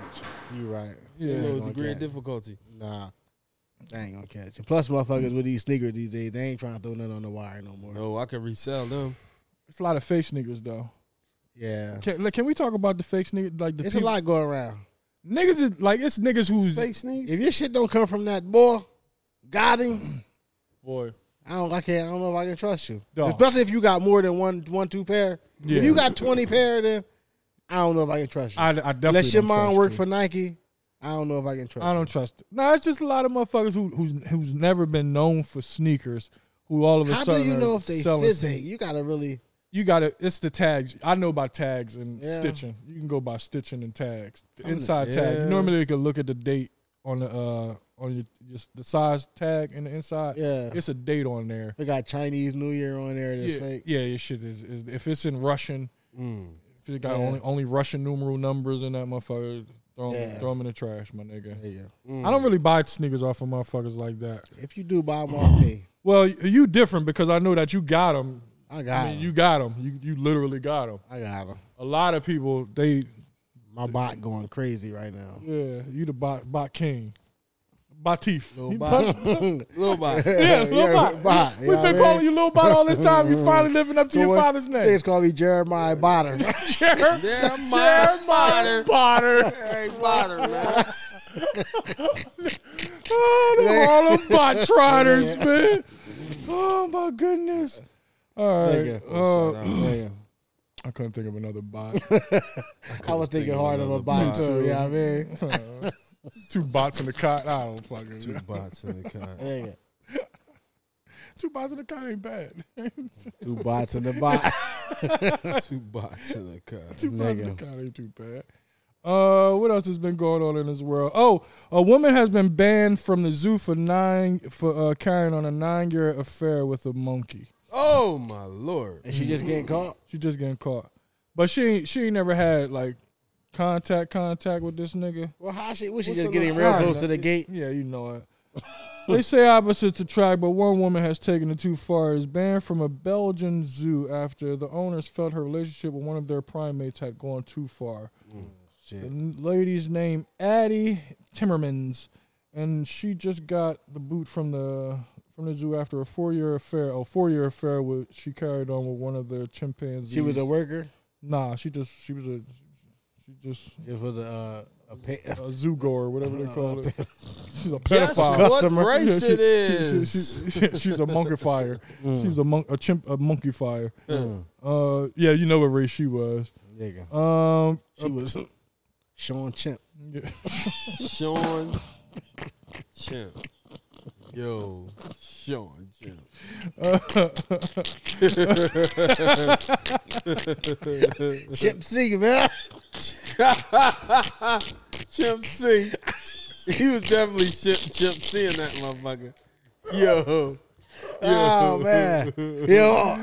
S1: You You right?
S2: Yeah.
S3: No
S1: Like
S3: degree
S1: that.
S3: of difficulty.
S1: Nah, that ain't gonna catch. you. Plus, motherfuckers with these sneakers these days, they ain't trying to throw nothing on the wire no more.
S3: No, I could resell them.
S2: It's a lot of fake sneakers though.
S1: Yeah,
S2: Can, like, can we talk about the fake niggas? Like the
S1: it's a
S2: people-
S1: lot going around.
S2: niggas is like it's niggas who's
S3: Fake sneaks.
S1: If your shit don't come from that boy, got him.
S2: boy.
S1: I don't. I can't. I don't know if I can trust you,
S2: Dog.
S1: especially if you got more than one, one, two pair.
S2: Yeah.
S1: If you got twenty pair, then I don't know if I can trust you.
S2: I, I definitely
S1: Unless your
S2: don't
S1: mom
S2: trust
S1: worked
S2: you.
S1: for Nike, I don't know if I can trust.
S2: I don't trust. it. Nah, it's just a lot of motherfuckers who who's who's never been known for sneakers. Who all of
S1: you.
S2: a
S1: How do
S2: sudden
S1: you
S2: are
S1: know if they
S2: selling
S1: physic? You gotta really.
S2: you got to It's the tags. I know by tags and
S1: Yeah.
S2: stitching. You can go by stitching and tags. The inside tag. Normally, you can look at the date on the uh on your just the size tag and the inside.
S1: Yeah.
S2: it's a date on there.
S1: They got Chinese New Year on there. That's
S2: Yeah,
S1: fake. Mm.
S2: yeah, your shit is, is if it's in Russian. If you got only only Russian numeral numbers in that motherfucker, throw 'em-
S1: Yeah.
S2: throw them in the trash, my nigga.
S1: There you go. Mm.
S2: I don't really buy sneakers off of motherfuckers like that.
S1: If you do buy them off me,
S2: Well, you different because I know that you got them.
S1: I
S2: I
S1: got
S2: mean,
S1: 'em.
S2: you got them. You you literally got them.
S1: I got them.
S2: A lot of people they
S1: My bot going crazy right now.
S2: yeah you the bot bot king, bot teeth. You
S3: bot.
S2: bot-
S3: Little bot.
S2: yeah, little
S1: Yeah,
S2: bot.
S1: bot, you
S2: We've
S1: know what I
S2: been
S1: mean?
S2: calling you little bot all this time. You finally living up to your
S1: What-
S2: father's name.
S1: Niggas call me Jeremiah Botter.
S3: Jeremiah Potter.
S2: Potter.
S3: Harry Potter, man.
S2: Oh, the Harlem Bot Trotters, man. Oh my goodness. All right.
S3: Oh.
S2: Uh,
S1: Yeah.
S2: I couldn't think of another bot.
S1: I was thinking hard on a bot too. Yeah, I mean.
S2: Two bots in the cot. I don't fucking. know.
S3: Bots in the car.
S1: There you go.
S2: Two bots in the cot ain't bad.
S1: Two bots in the bot.
S3: Two bots in the car.
S2: Two bots in the cot ain't too bad. Uh, what else has been going on in this world? Oh, a woman has been banned from the zoo for nine for uh, carrying on a nine-year affair with a monkey.
S3: Oh my lord.
S1: And she just getting caught.
S2: She just getting caught, but she ain't, she ain't never had like contact contact with this nigga.
S1: Well, how she? Was she
S2: What's
S1: just
S2: a
S1: getting
S2: little
S1: real
S2: fly?
S1: close to the gate?
S2: Yeah, you know it. they say opposites attract, but one woman has taken it too far. Is banned from a Belgian zoo after the owners felt her relationship with one of their primates had gone too far.
S1: Mm,
S2: The n- lady's name Addie Timmermans, and she just got the boot from the from the zoo after a four year affair. A four year affair with she carried on with one of the chimpanzees.
S1: She was a worker.
S2: nah. She just she was a she just
S1: It was a uh, a pay,
S2: a zoo goer, whatever they call it. She's a
S3: Guess
S2: pedophile.
S3: what
S1: Customer.
S3: race
S2: she-
S3: it is?
S2: She, she, she, she's a monkey fire.
S1: Mm.
S2: She's a monk, a chimp, a monkey fire. Uh, yeah, you know what race she was.
S1: nigga.
S2: Um,
S1: She was Sean Chimp.
S2: yeah.
S3: Sean Chimp. Yo, Sean Chimp.
S1: Chimp C, man.
S3: Chimp C. He was definitely Chimp, Chimp C in that motherfucker. Yo,
S1: Oh man. Yo.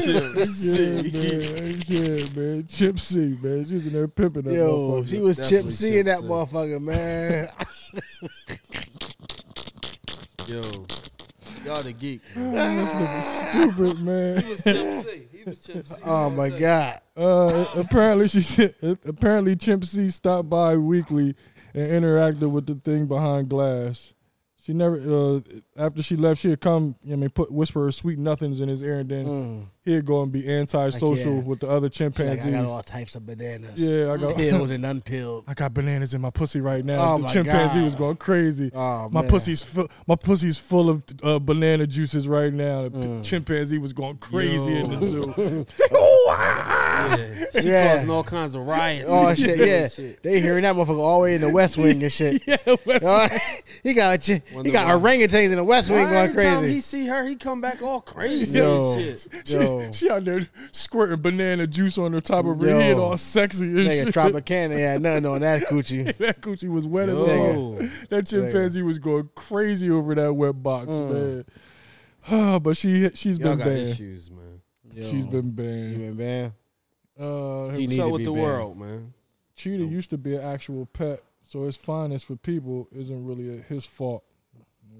S3: Chimp C.
S2: man, yeah, man, Chimp C, man, she was in there pimping that
S1: Yo,
S2: motherfucker.
S1: she was Chimp
S3: Definitely
S1: C in
S3: Chimp
S1: that
S3: C.
S1: motherfucker, man.
S3: Yo, y'all the geek.
S2: this nigga stupid, man.
S6: was Chimp C. He was Chimp C.
S1: Oh my god.
S2: Uh, apparently she said, apparently Chimp C stopped by weekly and interacted with the thing behind glass. She never uh, after she left, she'd come. I mean, put whisper her sweet nothings in his ear, and then
S1: Mm.
S2: he'd go and be antisocial
S1: Like, yeah.
S2: with the other
S1: Like, I
S2: chimpanzees.
S1: got all types of bananas.
S2: Yeah, I got-
S1: peeled and unpeeled.
S2: I got bananas in my pussy right now.
S1: Oh,
S2: the
S1: my
S2: chimpanzee
S1: God.
S2: was going crazy.
S1: Oh,
S2: my
S1: man.
S2: pussy's full, my pussy's full of uh, banana juices right now. The p-
S1: Mm.
S2: chimpanzee was going crazy in the zoo.
S3: She
S1: ah, Yeah.
S3: causing all kinds of riots.
S1: Oh shit, yeah.
S3: Shit.
S1: They hearing that motherfucker all the way in the West Wing and shit. Uh, he got chi- he
S3: Wonder
S1: got
S3: why.
S1: orangutans in the West Wing
S3: Why
S1: going
S3: every time
S1: crazy.
S3: he see her, he come back all crazy
S1: Yo.
S3: and shit.
S1: Yo,
S2: she out there squirting banana juice on the top of her
S1: Yo.
S2: head, all sexy and
S1: nigga,
S2: shit.
S1: Tropicana had nothing on that coochie.
S2: that coochie was wet as
S3: Yo.
S2: fuck. That chimpanzee was going crazy over that wet box,
S1: Mm.
S2: man. but she she's
S3: Y'all
S2: been
S3: got
S2: banned.
S3: issues, man.
S2: She's been banned.
S1: Man, man.
S2: Uh, her
S1: need
S3: So
S1: to
S3: with
S1: be
S3: the
S1: banned.
S3: world, man.
S2: cheetah used to be an actual pet, so his fondness for people isn't really his fault.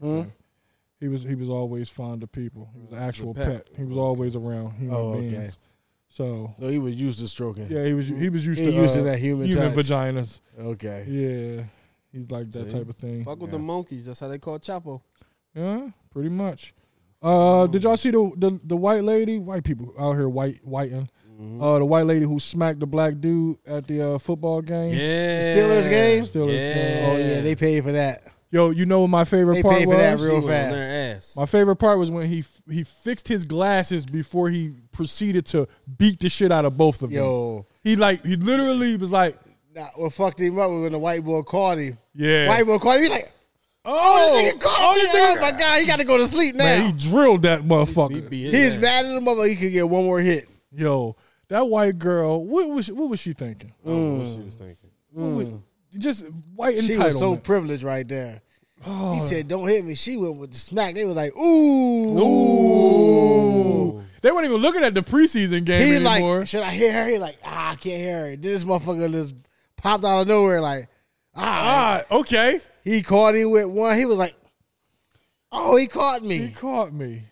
S1: Hmm?
S2: Okay. He was he was always fond of people. He was an actual
S3: pet.
S2: pet. He was always around human
S1: Oh, okay.
S2: beings. So
S1: So he was used to stroking.
S2: yeah, he was he was used
S1: He
S2: to
S1: used
S2: uh,
S1: to that human touch.
S2: vaginas.
S1: Okay.
S2: Yeah, he's like that
S3: See?
S2: type of thing.
S3: Fuck with the monkeys. That's how they call Chapo.
S2: Yeah, pretty much. Uh, did
S3: Oh.
S2: y'all see the, the the white lady? White people out here white whiting.
S3: Mm-hmm.
S2: Uh, the white lady who smacked the black dude at the uh, football game.
S3: Yeah.
S1: Steelers game?
S2: Steelers game.
S1: Oh yeah, they paid for that.
S2: Yo, you know what my favorite
S1: They
S2: part
S1: paid for
S2: was?
S1: that real
S3: She was on
S1: fast.
S3: their glass.
S2: My favorite part was when he he fixed his glasses before he proceeded to beat the shit out of both of them.
S1: Yo.
S2: He like he literally was like,
S1: Nah, what fucked him up was when the white boy called him.
S2: yeah,
S1: White boy called him. He like,
S2: oh,
S1: nigga called
S2: oh,
S1: me.
S2: this nigga-
S1: Oh my god, he got to go to sleep now.
S2: man, he drilled that
S3: He
S2: motherfucker.
S3: be his
S1: He's
S3: ass.
S1: mad at the mother. He could get one more hit.
S2: Yo, that white girl, what was what was she thinking?
S3: I don't know what she was thinking.
S2: What was- just white
S1: Mm. She
S2: entitlement. Oh.
S1: was so privileged right there. He said, "Don't hit me." She went with the smack. They was like, "Ooh,
S2: Ooh. They weren't even looking at the preseason game
S1: He
S2: anymore.
S1: like, "Should I hit her?" He like, "Ah, I can't hear her." Then this motherfucker just popped out of nowhere. Like, ah,
S2: ah, okay,
S1: he caught him with one. He was like, "Oh, he caught
S2: he
S1: me."
S2: caught me.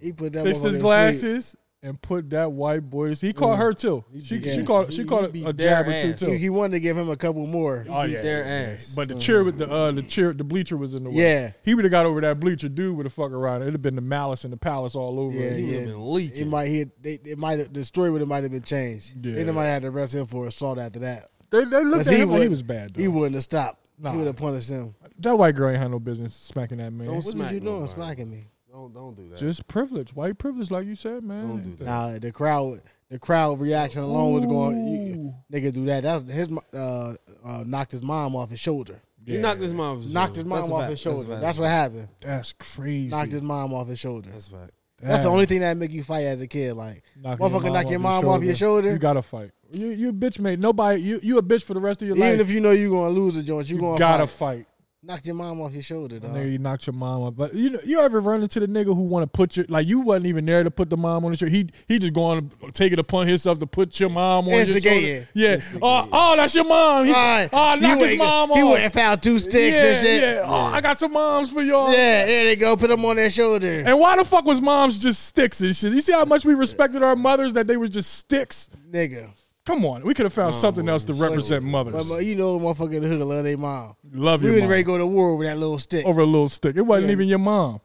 S1: He put that motherfucker Mm.
S2: fixed his
S1: to sleep.
S2: glasses and put that white boy. He caught her too. She
S3: beat
S2: she
S3: him.
S2: called she
S3: He
S2: called
S3: beat
S2: a
S3: their
S2: jab or two
S3: ass.
S1: He,
S2: too.
S1: he wanted to give him a couple more.
S2: Oh
S3: Beat
S2: yeah.
S3: their ass.
S2: But the cheer with the uh the cheer the bleacher was in the way.
S1: Yeah.
S2: he would have got over that bleacher. Dude would have fuck around. It'd have been the malice and the palace all over.
S1: Yeah,
S2: it.
S1: yeah.
S3: been leaking.
S1: It might hit. They, it might. have The story would have might have been changed.
S2: Yeah.
S1: They might have had to arrest him for assault after that.
S2: They, they looked
S1: 'Cause
S2: at him like he
S1: would-
S2: was bad. Though.
S1: He wouldn't have stopped.
S2: Nah.
S1: He would have punished him.
S2: that white girl ain't had no business smacking that man.
S3: Don't
S1: What
S3: smack
S1: was you doing,
S3: nobody.
S1: smacking me?
S3: Don't don't do that.
S2: Just privilege, white privilege, like you said, man.
S3: Don't do that.
S1: Nah, the crowd, the crowd reaction alone was going.
S2: Ooh.
S1: You, nigga, do that. That was his. mo- Uh, uh, knocked his mom off his shoulder.
S3: He knocked his mom off his
S1: Knocked
S3: shoulder.
S1: his mom
S3: That's a
S1: off
S3: fact.
S1: his shoulder.
S3: That's, a fact.
S1: That's, what happened.
S2: That's crazy.
S1: Knocked his mom off his shoulder.
S3: That's a fact.
S1: That's the
S2: Damn.
S1: only thing that make you fight as a kid. Like,
S2: Knock your
S1: motherfucker,
S2: mom
S1: knock your mom off your shoulder.
S2: You gotta fight. You you a bitch mate. Nobody you you a bitch for the rest of your
S1: even
S2: life.
S1: if you know you're gonna lose a joint, you,
S2: you
S1: gonna
S2: gotta
S1: fight.
S2: fight.
S1: knocked your mom off your shoulder, dog.
S2: Nigga, you knocked your mom up. But you know, you ever run into the nigga who want to put your like you wasn't even there to put the mom on the shirt. He he just going to take it upon himself to put your mom on your
S1: Instigating.
S2: shoulder. Yeah. Oh, oh, that's your mom. He,
S1: Alright,
S2: oh,
S1: you
S2: knock his
S1: wouldn't-
S2: mom
S1: He
S2: off.
S1: wouldn't found two sticks
S2: yeah,
S1: and shit.
S2: yeah. Oh, I got some moms for y'all.
S1: Yeah, there they go. Put them on their shoulder.
S2: And why the fuck was moms just sticks and shit? You see how much we respected our mothers that they was just sticks.
S1: Nigga.
S2: Come on, we could have found something else to represent
S1: But,
S2: mothers.
S1: but you know, motherfucker in the hood love their mom.
S2: Love
S1: We
S2: your
S1: was
S2: mom. Oh.
S1: ready to go to war with that little stick.
S2: over a little stick. It wasn't even your mom.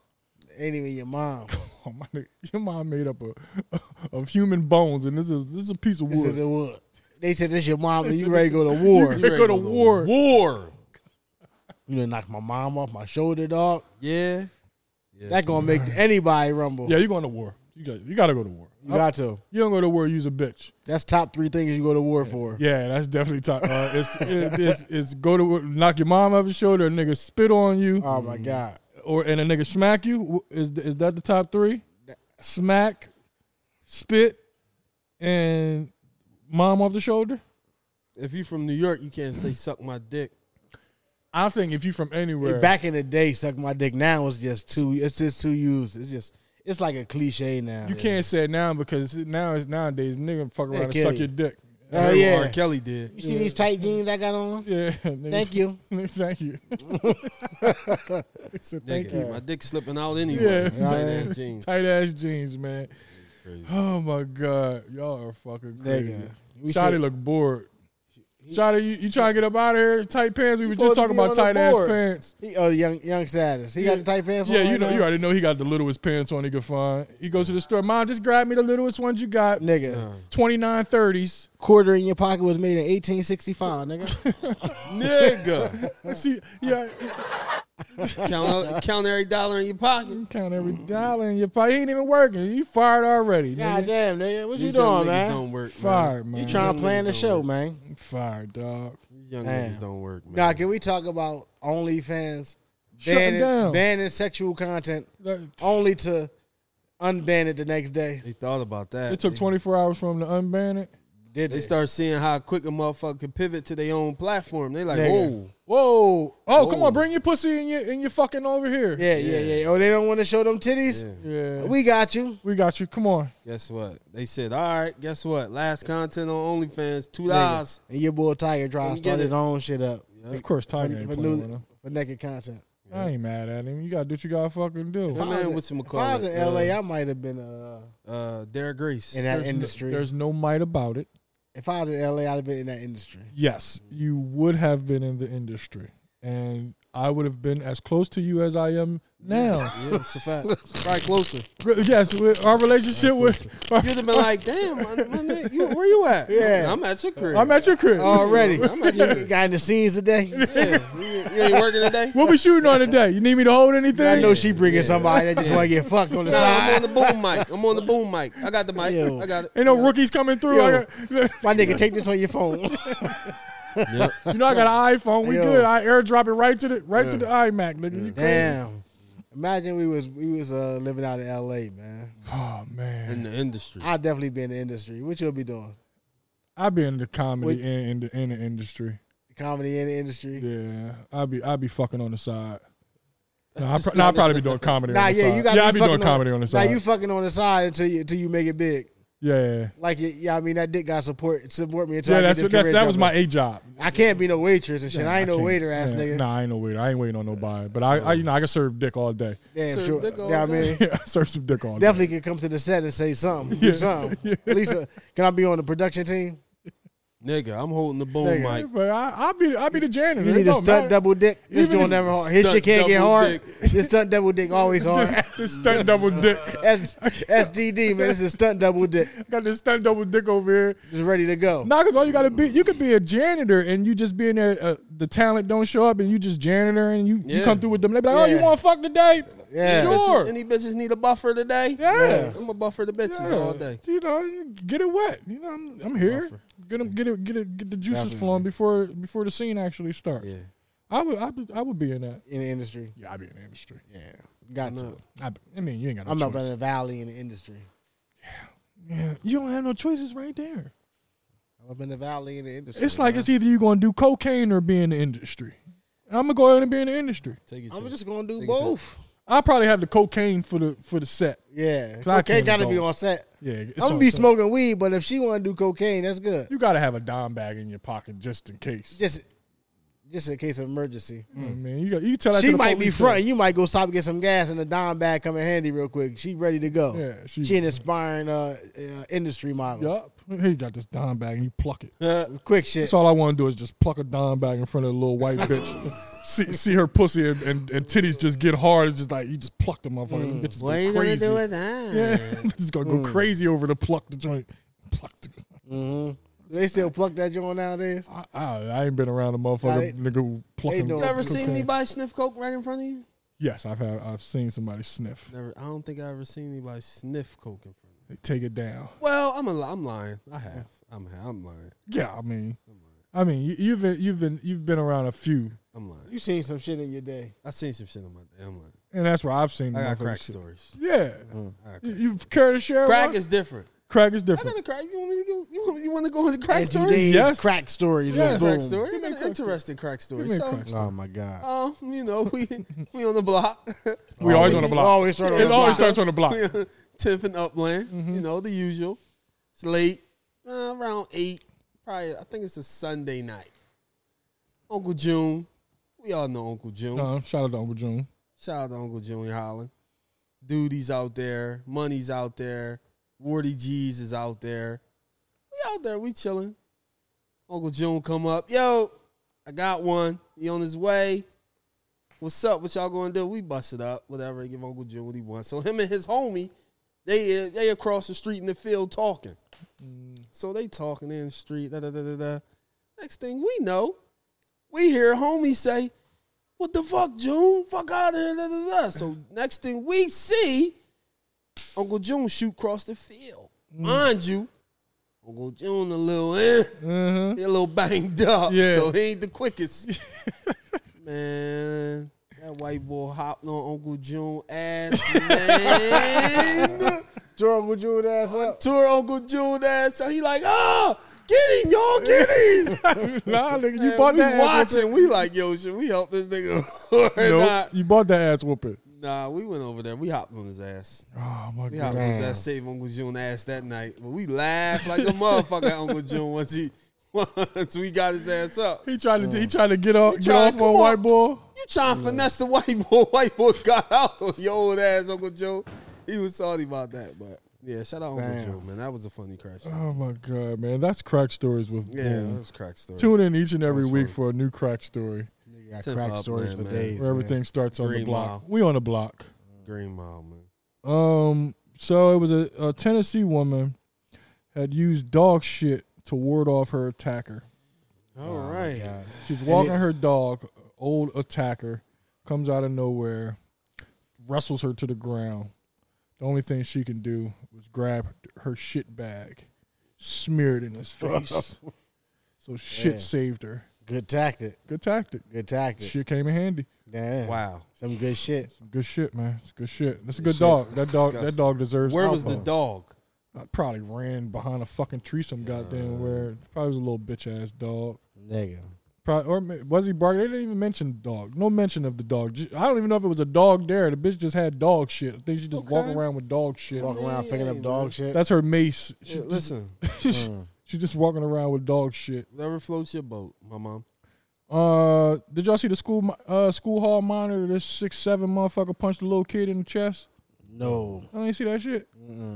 S1: Ain't even your mom.
S2: Oh, my nigga, your mom made up of, of human bones, and this is this is a piece of
S1: This is
S2: wood.
S1: the wood. They said this your mom and you ready to go to war.
S2: They go to war.
S3: War.
S1: You done knock my mom off my shoulder, dog.
S3: Yeah.
S1: that gonna make anybody rumble.
S2: Yeah, you going to war. You got you got to go to war.
S1: You got to.
S2: You don't go to war, you's a bitch.
S1: That's top three things you go to war for.
S2: Yeah, that's definitely top. Uh, it's, it, it's it's go to war, knock your mom off your shoulder, a nigga spit on you,
S1: Oh my god.
S2: or and a nigga smack you. W- Is is that the top three? Smack, spit, and mom off the shoulder.
S3: If you from New York, you can't say suck my dick.
S2: I think if you from anywhere,
S1: Back in the day, suck my dick. Now it's just too. It's just too used. It's just. It's like a cliche now.
S2: You can't say it now because now it's nowadays nigga fuck around and
S1: kill
S2: suck
S1: you.
S2: your dick.
S1: Oh
S3: Heard what
S1: yeah.
S3: R. Kelly did.
S1: You see these tight jeans I got on?
S2: Yeah. Nigga,
S1: Thank you.
S2: Nigga, Thank you. They said, Thank
S3: Nigga,
S2: you.
S3: my dick slipping out anyway.
S2: Yeah.
S3: Tight ass jeans.
S2: Tight ass jeans, man. Oh my god, y'all are fucking crazy.
S1: Nigga. We
S2: Shotty
S1: said-
S2: look bored. Shotty, you, you trying to get up out of here? Tight pants. We were
S1: supposed
S2: just
S1: to
S2: talking
S1: be on
S2: about
S1: the
S2: tight ass
S1: board.
S2: pants.
S1: He, oh, young young Saddest. He got the tight pants
S2: Yeah,
S1: on.
S2: you
S1: right
S2: know,
S1: now?
S2: you already know he got the littlest pants on he could find. He goes to the store. Mom, just grab me the littlest ones you got.
S1: Nigga,
S2: Twenty nine thirties.
S1: quarter in your pocket was made in 1865, nigga.
S3: Nigga.
S2: See, yeah, it's-
S3: count, out- count every dollar in your pocket.
S2: Count every dollar in your pocket. He ain't even working. You fired already.
S1: God
S2: Nigga.
S1: damn, nigga. What you
S3: These young
S1: doing,
S3: niggas
S1: man?
S3: don't work.
S2: Fired, man.
S1: You trying to plan the
S3: don't
S1: show,
S3: work.
S1: man.
S2: I'm fired, dog.
S3: Man. These young
S1: Damn.
S3: niggas don't work, man.
S1: Now, can we talk about OnlyFans
S2: Shut it
S1: banning,
S2: down.
S1: banning sexual content
S2: That-
S1: only to unban it the next day?
S3: they thought about that.
S2: It took
S3: They-
S2: 24 hours for him to unban it.
S1: Did
S3: They
S1: they?
S3: start seeing how quick a motherfucker can pivot to their own platform. They like,
S1: Nigga.
S3: whoa.
S2: Whoa! Oh, come
S3: Whoa.
S2: on, bring your pussy and your and your fucking over here.
S1: yeah, yeah, yeah, Oh, they don't want to show them titties.
S2: yeah. We,
S1: We got you.
S2: we got you. Come on.
S3: Guess what? They said, all right, guess what? Last content on OnlyFans, two dollars.
S1: And your boy Tiger Drive
S3: Come get
S1: started
S3: it.
S1: his own shit up
S2: Of course, Tiger ain't
S1: for,
S2: playing with
S1: new,
S2: him.
S1: for naked content.
S2: I ain't mad at him. You gotta do what you gotta fucking
S1: I
S2: do.
S3: My
S1: was
S3: man,
S1: in-
S3: what's
S1: If I was in
S3: uh,
S1: LA, I might have been uh,
S3: uh, Derek Grace.
S1: in that
S2: There's no-
S1: industry.
S2: there's no might about it.
S1: if I was in LA, I'd have been in that industry.
S2: Yes, you would have been in the industry, and I would have been as close to you as I am now.
S1: Yeah, it's a fact. Right closer.
S2: yes, we- our relationship with our-
S3: You'd have been like, damn, my, my nigga, you, where you at?
S1: Yeah.
S3: I'm at your crib.
S2: I'm at your crib.
S1: Already.
S3: I'm at your
S1: You
S3: crib.
S1: got in the scenes today.
S3: Yeah. You, you ain't working today?
S2: what we shooting on today? You need me to hold anything?
S1: I know she bringing somebody that just want to get fucked on the
S3: Nah, I'm on
S1: side.
S3: the boom mic. I'm on the boom mic. I got the mic.
S1: Yo.
S3: I got it.
S2: Ain't no rookies coming through. I
S1: Yo.
S2: got,
S1: My nigga, take this on your phone.
S2: you know I got an iPhone. We
S1: Yo.
S2: good. I airdrop it right to the right to the iMac, nigga. You crazy?
S1: Damn. Imagine we was we was uh, living out in L.A. Man,
S2: Oh man,
S3: In the industry.
S1: I'd definitely be in the industry. What you'll be doing?
S2: I've been in the comedy
S1: Wait.
S2: and in the, in the industry.
S1: Comedy in the industry.
S2: Yeah, I'd be I'd be fucking on the side. No, I pro- no, I'd probably be doing comedy.
S1: Nah,
S2: on the
S1: yeah,
S2: side.
S1: you got.
S2: yeah,
S1: be
S2: I'd be doing
S1: fucking
S2: comedy on the side.
S1: Nah, you fucking on the side until you until you make it big.
S2: yeah,
S1: Like, y- yeah, I mean that dick got support support me until
S2: yeah,
S1: I
S2: that's,
S1: get this
S2: that's
S1: career
S2: that was
S1: jumping.
S2: my A job.
S1: I can't be no waitress and shit. I ain't no
S2: can't-
S1: waiter ass
S2: yeah,
S1: nigga.
S2: Nah, I ain't no waiter. I ain't waiting on nobody. But I, I you know, I can serve dick all day.
S1: Damn
S3: Serve
S1: sure.
S3: dick all
S1: Yeah, I
S3: day.
S1: mean,
S2: Yeah, I serve some dick all day.
S1: definitely could come to the set and say something. Do something. At least, uh, can I be on the production team?
S3: Nigga, I'm holding the boom
S1: Nigga.
S3: mic.
S2: But I, I'll be, I'll be the janitor.
S1: You
S2: It
S1: need a
S2: don't
S1: stunt
S2: matter.
S1: double dick. This
S2: Even
S1: joint
S2: if-
S1: never hard. His
S3: stunt
S1: shit can't get
S3: double
S1: hard.
S3: dick.
S1: This stunt double dick always hard.
S2: This, this stunt double dick.
S1: S- SDD man, this is stunt double dick.
S2: Got this stunt double dick over here.
S1: Just ready to go.
S2: Nah, cause all you gotta be, you could be a janitor and you just be in there. Uh, the talent don't show up, and you just janitor and you, you
S3: Yeah.
S2: come through with them. They be like, oh,
S1: Yeah.
S2: you want to fuck today?
S1: Yeah.
S2: sure.
S3: Any bitches need a buffer today?
S2: Yeah.
S3: I'm a buffer the bitches
S2: Yeah.
S3: all day.
S2: You know, you get it wet. You know, I'm, I'm here. Get 'em- get it, get it, get the juices flowing before before the scene actually starts.
S3: Yeah.
S2: I would, I would, I would be in that.
S1: In the industry,
S2: Yeah, I'd be in the industry.
S1: yeah, got to.
S2: I, be- I mean, you ain't got no
S1: I'm up
S2: choice.
S1: in the valley in the industry.
S2: yeah, you don't have no choices right there.
S1: I'm up in the valley in the industry.
S2: It's like it's either you gonna do cocaine or be in the industry. I'm gonna go ahead and be in the industry.
S3: Take it.
S1: I'm just gonna do both.
S2: I probably have the cocaine for the for the set.
S1: Yeah,
S2: I
S1: cocaine
S2: can't
S1: gotta
S2: go.
S1: be on set.
S2: Yeah, it's
S1: I'm gonna
S2: on
S1: be
S2: set.
S1: smoking weed, but if she wanna do cocaine, that's good.
S2: You gotta have a dime bag in your pocket just in case.
S1: Just, just in case of emergency.
S2: You know what I mean, you got you tell that to
S1: She
S2: the
S1: might be
S2: police
S1: front. You might go stop and get some gas, and the dime bag come in handy real quick. She ready to go.
S2: Yeah, she-
S1: she, an inspiring uh, uh, industry model.
S2: Yup. Here you got this dime bag and you pluck it.
S1: Quick shit.
S2: That's all I want to do is just pluck a dime bag in front of a little white bitch. see, see her pussy and, and, and titties just get hard. It's just like you just pluck the motherfucker. Them bitches
S3: What
S2: go
S3: are you
S2: crazy.
S3: going to do with Mm. that?
S2: Mm. Yeah, it's gonna go crazy over the pluck the joint. Pluck the.
S1: they still pluck that joint nowadays.
S2: I, I, I ain't been around a
S1: Right.
S2: motherfucker nigga who plucking.
S1: doing-
S3: You ever seen
S2: cocaine.
S3: anybody sniff coke right in front of you?
S2: Yes, I've had, I've seen somebody sniff.
S3: Never. I don't think I ever seen anybody sniff coke in front of me.
S2: They take it down.
S3: Well, I'm a, li- I'm lying. I have. I'm I'm lying.
S2: Yeah, I mean, I mean, you, you've been, you've been you've been around a few,
S3: I'm lying.
S1: You seen some shit in your day.
S3: I seen some shit on my day. I'm lying.
S2: and that's where I've seen.
S3: I got
S2: motherfuckers
S3: crack
S2: shit.
S3: stories. Mm,
S2: Yeah,
S3: I got
S2: You-
S3: crack.
S2: you've carried a share. of
S3: Crack
S2: one?
S3: is different.
S2: crack is
S3: I
S2: different.
S3: got a crack. You want me to go? You want, you want to go into crack
S1: And
S3: stories?
S1: today's
S2: yes.
S1: crack stories.
S2: Yes.
S1: Let's
S3: Crack
S1: boom.
S3: story. I
S2: me
S3: got
S2: a
S3: an
S2: crack story.
S3: interesting crack
S2: Give
S3: story.
S2: me a
S3: So,
S2: crack story.
S1: Oh my god.
S3: um, you know, we we on the block.
S2: we always on the block.
S1: Always start on
S2: it
S1: the
S2: always
S1: block.
S2: starts on the block.
S3: Tenth and Upland. You know the usual. It's late, uh, around eight. Probably, I think it's a Sunday night. Uncle June. We all know Uncle June.
S2: Uh, shout out to Uncle June.
S3: Shout out to Uncle Junior Holland. Duty's out there. Money's out there. Wardy G's is out there. We out there. We chilling. Uncle June come up. Yo, I got one. He on his way. What's up? What y'all gonna do? We bust it up. Whatever. Give Uncle June what he wants. So him and his homie, they they across the street in the field talking. So they talking in the street. Da, da, da, da, da. Next thing we know, we hear homie say, what the fuck, June? Fuck out of here. Da, da, da. So next thing we see, Uncle June shoot across the field.
S2: Mm.
S3: Mind you, Uncle June a little eh,
S2: Uh-huh.
S3: he a little banged up.
S2: Yeah.
S3: So he ain't the quickest. man, that white boy hopped on Uncle June ass, man.
S1: Jordan, would you ass up?
S3: Tour Uncle June ass. So he like, ah, get him, y'all, get him.
S2: nah, nigga, you
S3: Man,
S2: bought
S3: we
S2: that ass whooping.
S3: watching. We like, yo, should we help this nigga or not?
S2: Nope, you bought that ass whooping.
S3: Nah, we went over there. We hopped on his ass.
S2: Oh my
S3: We
S2: god.
S3: hopped on his ass, saved Uncle June ass that night. But we laughed like a motherfucker at Uncle June once he once we got his ass up.
S2: He tried to he tried to get off
S3: He
S2: get
S3: tried-
S2: off
S3: come
S2: on
S3: on.
S2: white boy.
S3: You trying to finesse the white boy. White boy got out on your old ass, Uncle June. He was salty about that, but yeah, shout out Uncle
S1: Damn.
S3: June, man. That was a funny crash.
S2: Oh my god, man, that's crack stories with
S3: Yeah,
S2: Boom.
S3: that was a crack story.
S2: Tune in each and every week for a new crack story.
S3: Nigga
S1: got
S3: Ten
S1: crack
S3: for
S1: stories
S3: Upland,
S1: for
S3: man.
S1: days. man.
S2: where everything starts on the
S3: Green
S2: block.
S3: Mile.
S2: We on the block.
S3: Green Mile, man.
S2: Um, so it was a, a Tennessee woman had used dog shit to ward off her attacker.
S3: All right.
S1: God.
S2: She's walking her dog, old attacker, comes out of nowhere, wrestles her to the ground. The only thing she can do was grab her shit bag, smear it in his face. so shit
S1: Yeah.
S2: saved her.
S1: Good tactic.
S2: Good tactic.
S1: Good tactic.
S2: Shit came in handy.
S1: Damn.
S3: Wow.
S1: Some good shit.
S2: Some good shit, man. It's good shit. That's a
S3: Good
S2: good
S3: shit.
S2: dog.
S3: That's
S2: that dog. That
S3: disgusting.
S2: dog deserves.
S3: Where was the
S2: alpha.
S3: dog?
S2: I probably ran behind a fucking tree some goddamn where. Probably was a little bitch ass dog.
S1: Nigga.
S2: Probably, or ma- was he barking? They didn't even mention dog. No mention of the dog. Ju- I don't even know if it was a dog there. The bitch just had dog shit. I think she just walk
S3: Okay.
S2: around with dog shit.
S1: Walking around picking up
S3: man.
S1: dog shit.
S2: That's her mace. She,
S3: Yeah, listen,
S2: just,
S1: Mm.
S2: she just walking around with dog shit.
S3: whatever floats your boat, my mom.
S2: Uh, did y'all see the school mo- uh school hall monitor? This six seven motherfucker punched a little kid in the chest.
S1: No.
S2: I ain't see that shit.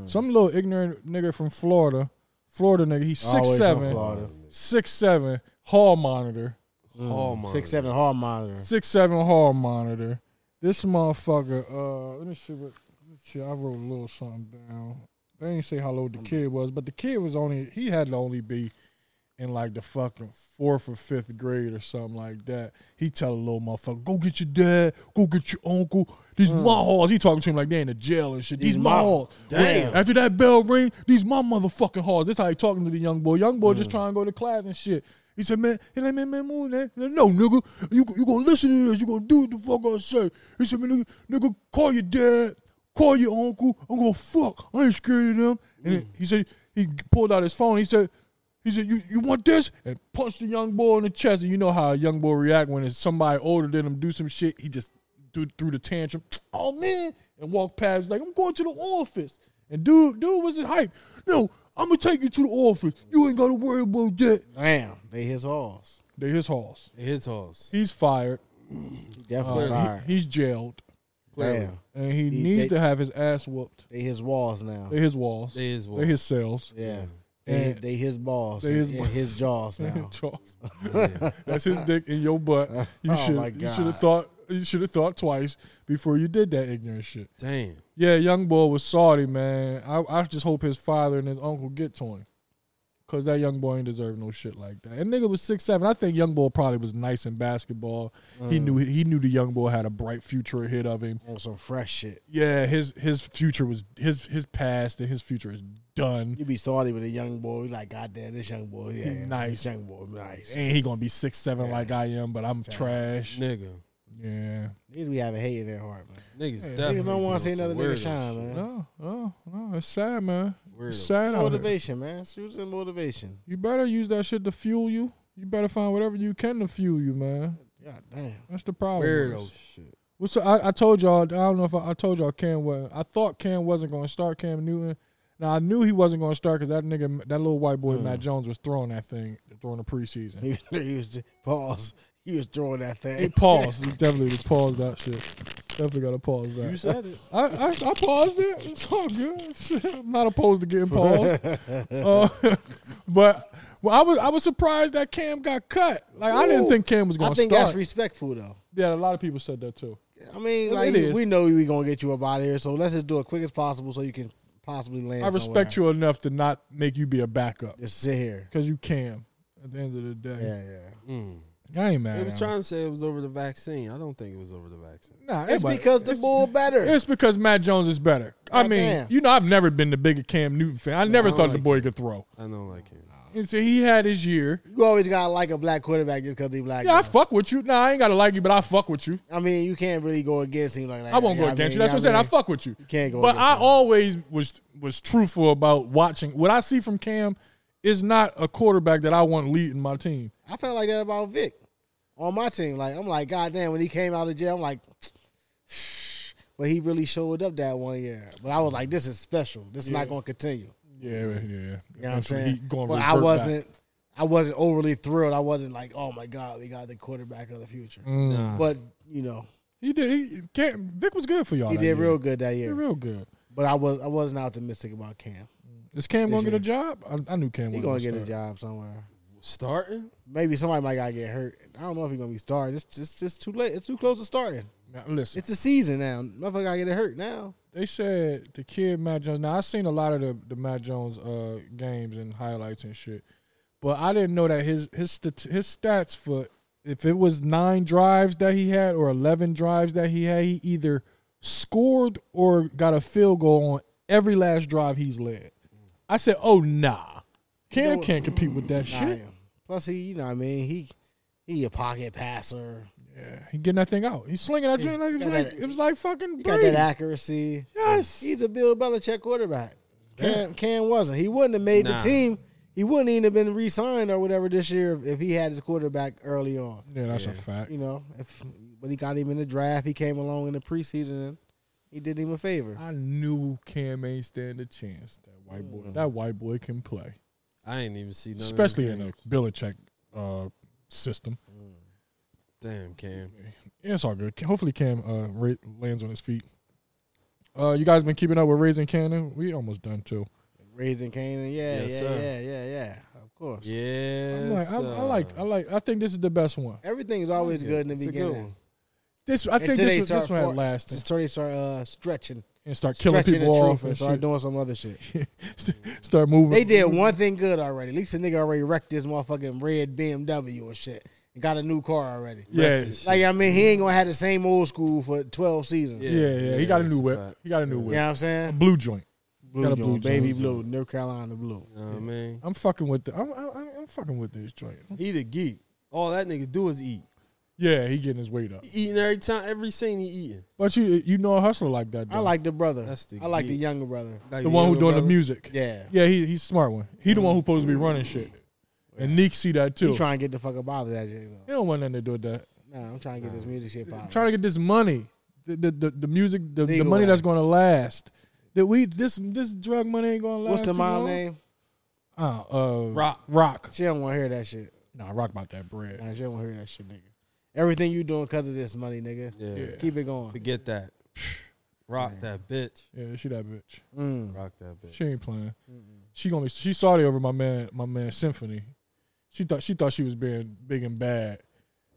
S2: Some little ignorant nigga from Florida, Florida nigga. He's six
S1: Always from
S2: seven,
S1: Florida.
S2: six seven hall monitor.
S3: Oh my.
S1: Six seven hall monitor.
S2: six seven hall monitor. This motherfucker. Uh, let me see what. Let me see, I wrote a little something down. They didn't say how old the kid was, but the kid was only he had to only be in like the fucking fourth or fifth grade or something like that. He tell a little motherfucker, go get your dad, go get your uncle. These my halls. He talking to him like they in the jail and shit. These,
S1: These
S2: my
S1: my-
S2: halls.
S1: Damn.
S2: After that bell ring, these my motherfucking halls. This how he talking to the young boy. Young boy just trying to go to class and shit. He said, man, he like, man, man, move, man. He said, No, nigga, you you gonna listen to this? You gonna do what the fuck I say? He said, man, nigga, nigga, call your dad, call your uncle. I'm gonna fuck. I ain't scared of them. And then he said he pulled out his phone. He said, he said, you, you want this? And punched the young boy in the chest. And you know how a young boy react when it's somebody older than him do some shit. He just do, threw the tantrum. Oh, man. And walked past like, I'm going to the office. And dude, dude was in hype. No, I'm going to take you to the office. You ain't got to worry about that.
S1: Damn. They his halls.
S2: They his halls.
S3: His horse.
S2: He's fired.
S1: He
S2: Uh,
S1: Definitely
S2: he-
S1: fired.
S2: he's jailed.
S1: Damn.
S2: And he, needs
S1: they-
S2: to have his ass whooped.
S1: They his walls now.
S2: They his walls.
S3: They his
S2: They
S3: walls.
S2: his cells.
S1: Yeah. They,
S2: And-
S1: they his balls.
S2: They his
S1: and
S2: balls.
S1: his jaws now.
S2: Charles. That's his dick in your butt. You
S1: Oh,
S2: should
S1: my
S2: you
S1: God.
S2: should have thought you should have thought twice before you did that ignorant shit.
S3: Damn.
S2: Yeah, young boy was salty, man. I, I just hope his father and his uncle get to him. Cause that young boy ain't deserve no shit like that. And nigga was six seven. I think young boy probably was nice in basketball.
S1: Mm.
S2: He knew he knew the young boy had a bright future ahead of him.
S1: On some fresh shit.
S2: Yeah, his his future was his his past and his future is done.
S1: You be salty with a young boy. You like, goddamn, this young boy. Yeah. this
S2: nice.
S1: young boy. Nice.
S2: And he gonna be six seven like I am, but I'm trash.
S3: Nigga.
S2: Yeah.
S1: Niggas be having hate in their heart, man.
S3: Niggas definitely.
S1: Niggas don't want to see
S3: doing
S1: another
S3: some
S1: nigga
S3: weirdo
S1: shine,
S3: shit.
S1: man.
S2: No, no, no. It's sad, man.
S3: Weirdo.
S2: It's sad out here.
S1: Motivation, man. She was in motivation.
S2: You better use that shit to fuel you. You better find whatever you can to fuel you, man.
S1: God damn.
S2: That's the problem.
S3: Weirdo shit.
S2: What's the, I, I told y'all. I don't know if I, I told y'all Cam was. I thought Cam wasn't going to start Cam Newton. Now I knew he wasn't going to start because that nigga, that little white boy
S3: Hmm.
S2: Matt Jones was throwing that thing during the preseason.
S1: He, he was just, pause. He was throwing that
S2: He
S1: thing.
S2: paused. He definitely paused that shit. Definitely got to pause that.
S3: You said it.
S2: I, I, I paused it. It's all good. I'm not opposed to getting paused. Uh, but well, I was I was surprised that Cam got cut. Like I didn't
S1: Ooh.
S2: think Cam was
S1: I
S2: going to
S1: think
S2: start.
S1: that's respectful though.
S2: yeah, a lot of people said that too.
S1: I mean,
S2: It
S1: like
S2: is.
S1: we know we gonna get you up out of here, so let's just do it quick as possible so you can possibly land.
S2: I respect you enough to not make you be a backup
S1: Just sit here.
S2: because you Cam. At the end of the day,
S1: Yeah,
S2: Mm-hmm.
S1: yeah.
S2: I ain't mad.
S3: They was
S2: at him.
S3: trying to say it was over the vaccine. I don't think it was over the vaccine.
S2: Nah,
S1: It's
S2: everybody-
S1: because the bull better.
S2: It's because Matt Jones is better. I mean,
S1: Goddamn.
S2: you know, I've never been the bigger Cam Newton fan. I never thought the boy could throw.
S3: I don't like him.
S2: And so he had his year.
S1: you always gotta like a black quarterback just because he black.
S2: Yeah, I
S1: though.
S2: fuck with you. Nah, I ain't gotta like you, but I fuck with you.
S1: I mean, you can't really go against him like that.
S2: I won't go
S1: Yeah,
S2: against
S1: mean,
S2: you. That's what I'm saying.
S1: yeah,
S2: I fuck with you.
S1: can't go
S2: But
S1: against
S2: I
S1: him.
S2: always was was truthful about watching. What I see from Cam is not a quarterback that I want leading my team.
S1: I felt like that about Vic on my team. Like I'm like, God damn, when he came out of jail, I'm like, but he really showed up that one year. But I was like, this is special. This is not gonna continue.
S2: Yeah, yeah.
S1: You know what I'm saying?
S2: Going
S1: but I wasn't I wasn't overly thrilled. I wasn't like, oh my God, we got the quarterback of the future.
S2: Mm.
S1: But you know,
S2: He did. He, Cam Vic was good for y'all.
S1: he
S2: that
S1: did
S2: year.
S1: real good that
S2: He
S1: year.
S2: did real good.
S1: but I was I wasn't optimistic about Cam.
S2: Is Cam gonna
S1: This
S2: get a job? I, I knew Cam.
S1: He
S2: was
S1: gonna get a job somewhere.
S3: Starting?
S1: Maybe somebody might gotta get hurt. I don't know if he's gonna be starting. It's it's just too late. It's too close to starting.
S2: Now, listen,
S1: It's the season now. Motherfucker gotta get hurt now.
S2: they said the kid Matt Jones. Now I seen a lot of the, the Matt Jones uh, games and highlights and shit, but I didn't know that his his stat, his stats for if it was nine drives that he had or eleven drives that he had, he either scored or got a field goal on every last drive he's led. I said, oh nah, Cam can't compete with that
S1: Nah,
S2: shit.
S1: yeah. Plus he, you know, what I mean, he he a pocket passer.
S2: Yeah, he getting that thing out. He's slinging that joint like it was
S1: got
S2: like
S1: that-
S2: it was like fucking
S1: He got
S2: Brady.
S1: that accuracy.
S2: Yes.
S1: He's a Bill Belichick quarterback. Cam, Cam wasn't. He wouldn't have made the team. He wouldn't even have been re-signed or whatever this year if, if he had his quarterback early on.
S2: Yeah, that's a fact.
S1: You know, if but he got him in the draft. He came along in the preseason. and He did him a favor.
S2: I knew Cam ain't stand a chance. That white
S1: Mm-hmm.
S2: boy, that white boy can play,
S3: I ain't even see none
S2: especially
S3: of
S2: in a Belichick uh, system.
S3: the Damn, Cam.
S2: Yeah, it's all good. Hopefully, Cam uh, ra- lands on his feet. Uh, you guys been keeping up with raising Cannon? We almost done too.
S1: Raising Canaan. Yeah,
S3: Yes,
S1: yeah,
S3: sir.
S1: yeah, yeah, yeah. Of course.
S3: Yeah.
S2: I'm like, I,
S1: uh,
S2: I like, I like. I think this is the best one.
S1: Everything is always good in the beginning.
S2: This, I think
S1: Until
S2: this
S1: they
S2: was this
S1: start
S2: one had
S1: for-
S2: lasted
S1: Until they start uh, stretching,
S2: and start killing
S1: stretching
S2: people
S1: the truth
S2: off
S1: and
S2: and
S1: start
S2: shit.
S1: doing some other shit.
S2: start moving.
S1: They did one thing good already. At least the nigga already wrecked this motherfucking red BMW and shit. And got a new car already.
S2: Yeah,
S1: Like I mean, he ain't gonna have the same old school for twelve seasons.
S2: yeah, yeah, He got a new whip. He got a new
S1: You
S2: whip.
S1: know what I'm saying?
S2: Blue joint.
S1: Blue,
S2: got a
S1: joint,
S2: blue
S1: baby
S2: joint.
S1: blue, North Carolina blue.
S3: You know what I mean?
S2: I'm fucking with the. I'm, I'm, I'm fucking with this joint.
S3: He the geek. All that nigga do is eat.
S2: Yeah, he getting his weight up.
S3: He eating every time, every scene he eating.
S2: But you you know a hustler like that. Though.
S1: I like the brother.
S3: That's the
S1: I like the
S3: geek.
S1: younger brother.
S3: Like
S2: the one who
S3: younger
S2: doing the
S3: brother.
S2: music.
S1: Yeah.
S2: yeah, he he's a smart one. He the one who supposed to be running shit. And Neek see that too.
S1: You trying to get the fuck up out of that shit.
S2: he don't want nothing to do with that.
S1: Though. Nah, I'm trying to get this music shit
S2: I'm
S1: popping.
S2: trying to get this money, the the the, the music, the, the
S1: Legal
S2: money
S1: way.
S2: that's gonna last. That we this this drug money ain't gonna last.
S1: What's the
S2: too
S1: mom
S2: long.
S1: name?
S2: Oh, uh,
S3: Rock.
S2: Rock.
S1: She don't want to hear that shit.
S2: Nah, Rock about that bread.
S1: Nah, she don't want to hear that shit, nigga. Everything you doing because of this money, nigga.
S3: Yeah.
S1: Keep it going.
S3: Forget that. Rock that bitch.
S2: Yeah, she that bitch.
S1: Mm.
S3: Rock that bitch.
S2: She ain't playing. She gonna be. She saw it over my man. My man Symphony. She thought she thought she was being big and bad.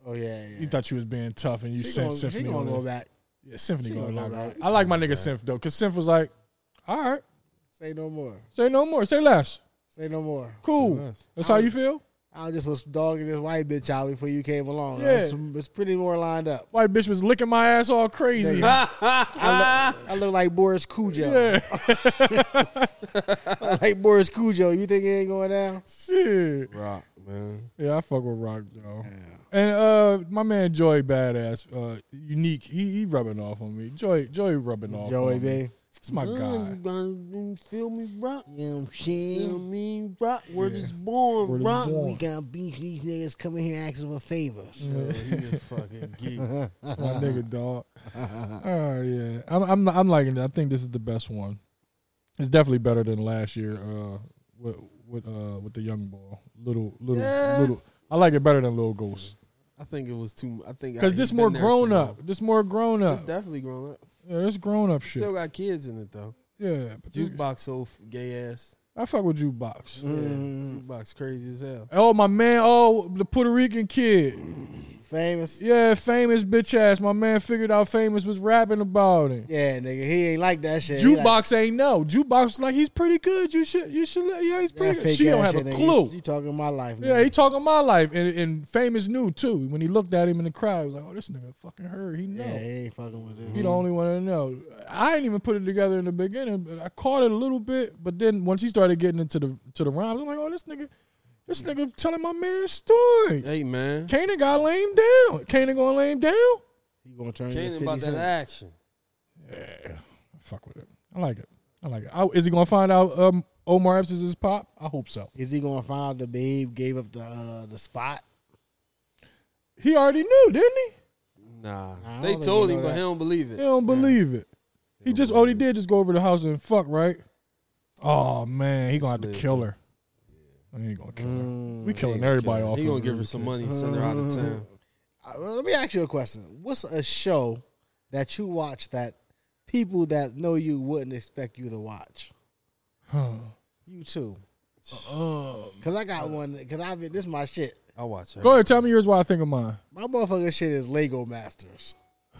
S1: Oh yeah, yeah.
S2: You thought she was being tough, and you
S1: She
S2: sent
S1: gonna, she
S2: Symphony
S1: gonna
S2: on
S1: go
S2: go
S1: back.
S2: Yeah, Symphony
S1: she
S2: going
S1: gonna
S2: back.
S1: go back.
S2: I like my nigga Symph though, cause Symph was like, "All right,
S1: Say no more.
S2: say no more, say less,
S1: Say no more.
S2: cool." That's how you feel.
S1: I just was dogging this white bitch out before you came along.
S2: Yeah.
S1: It's, it's pretty more lined up.
S2: White bitch was licking my ass all crazy.
S1: Yeah. I look, I look like Boris Cujo.
S2: Yeah,
S1: like Boris Cujo. You think he ain't going down?
S2: shit.
S3: Rock, man.
S2: Yeah, I fuck with Rock though. And uh, my man Joy Badass, uh, unique. He he rubbing off on me. Joy Joy rubbing off.
S1: Joey
S2: on me.
S1: B.
S2: It's my guy.
S3: You feel me, Rock?
S1: You know what I'm
S3: You know what I
S1: saying?
S3: mean? Rock, where it's born,
S2: Where it's
S3: Rock.
S2: born.
S1: We got beef these niggas coming here asking for favors.
S3: Oh, he a fucking geek.
S2: my nigga dog. Oh yeah, I'm I'm I'm liking it. I think this is the best one. It's definitely better than last year. Uh, with with uh with the young ball, little little
S3: Yeah.
S2: little. I like it better than Little Ghost
S3: I think it was too. I think I-
S2: because
S3: he's
S2: this
S3: been
S2: more
S3: there
S2: grown
S3: too
S2: up.
S3: long.
S2: This more grown
S3: It's
S2: up.
S3: definitely grown up.
S2: yeah, this grown up shit.
S3: Still got kids in it though.
S2: yeah, but this-
S3: Jukebox, old f- gay ass.
S2: I fuck with jukebox.
S3: Yeah.
S2: Mm-hmm.
S3: Jukebox, crazy as hell.
S2: Oh my man, oh the Puerto Rican kid.
S1: Famous?
S2: Yeah, famous bitch ass. My man figured out famous was rapping about it.
S1: Yeah, nigga. He ain't like that shit. He like,
S2: Jukebox ain't no. Jukebox was like he's pretty good. You should you should let- yeah he's
S1: that
S2: pretty good.
S1: fake
S2: She don't
S1: ass
S2: have
S1: shit,
S2: a
S1: nigga.
S2: clue.
S1: You, you talking my life, nigga.
S2: Yeah, he talking my life and, and famous knew too. When he looked at him in the crowd, he was like, "Oh, this nigga fucking heard. He know.
S1: Yeah, he ain't fucking with this.
S2: He the only one to know." I ain't even put it together in the beginning, but I caught it a little bit. But then once he started getting into the to the rhymes, I'm like, "Oh, this nigga, this nigga telling my man's story."
S3: Hey man,
S2: Kanan got lamed down. Kanan gonna lame down.
S1: He gonna turn into
S3: Kanan
S1: 50
S3: about
S1: Cent.
S3: that action.
S2: Fuck with it. I like it. I like it. I, is he gonna find out um, Omar Epps is his pop? I hope so.
S1: Is he gonna find out the babe gave up the uh, the spot?
S2: He already knew, didn't he?
S3: Nah,
S1: I
S3: they
S1: don't
S3: told
S1: even
S3: him,
S1: know
S3: but
S1: that.
S3: he don't believe
S2: He
S3: it.
S2: don't believe it. He just all he did just go over the house and fuck, right? Oh man, he gonna have to kill her. He ain't gonna kill her. We killing everybody off.
S3: Mm, He
S2: of
S3: gonna
S2: it.
S3: give her some money, send her out of town.
S1: Uh, well, let me ask you a question. What's a show that you watch that people that know you wouldn't expect you to watch?
S2: Huh.
S1: You too.
S2: Uh-uh.
S1: Cause I got one. Cause I this is my shit.
S3: I'll watch that.
S2: Go ahead, tell me yours. Why I think of mine.
S1: My motherfucking shit is Lego Masters.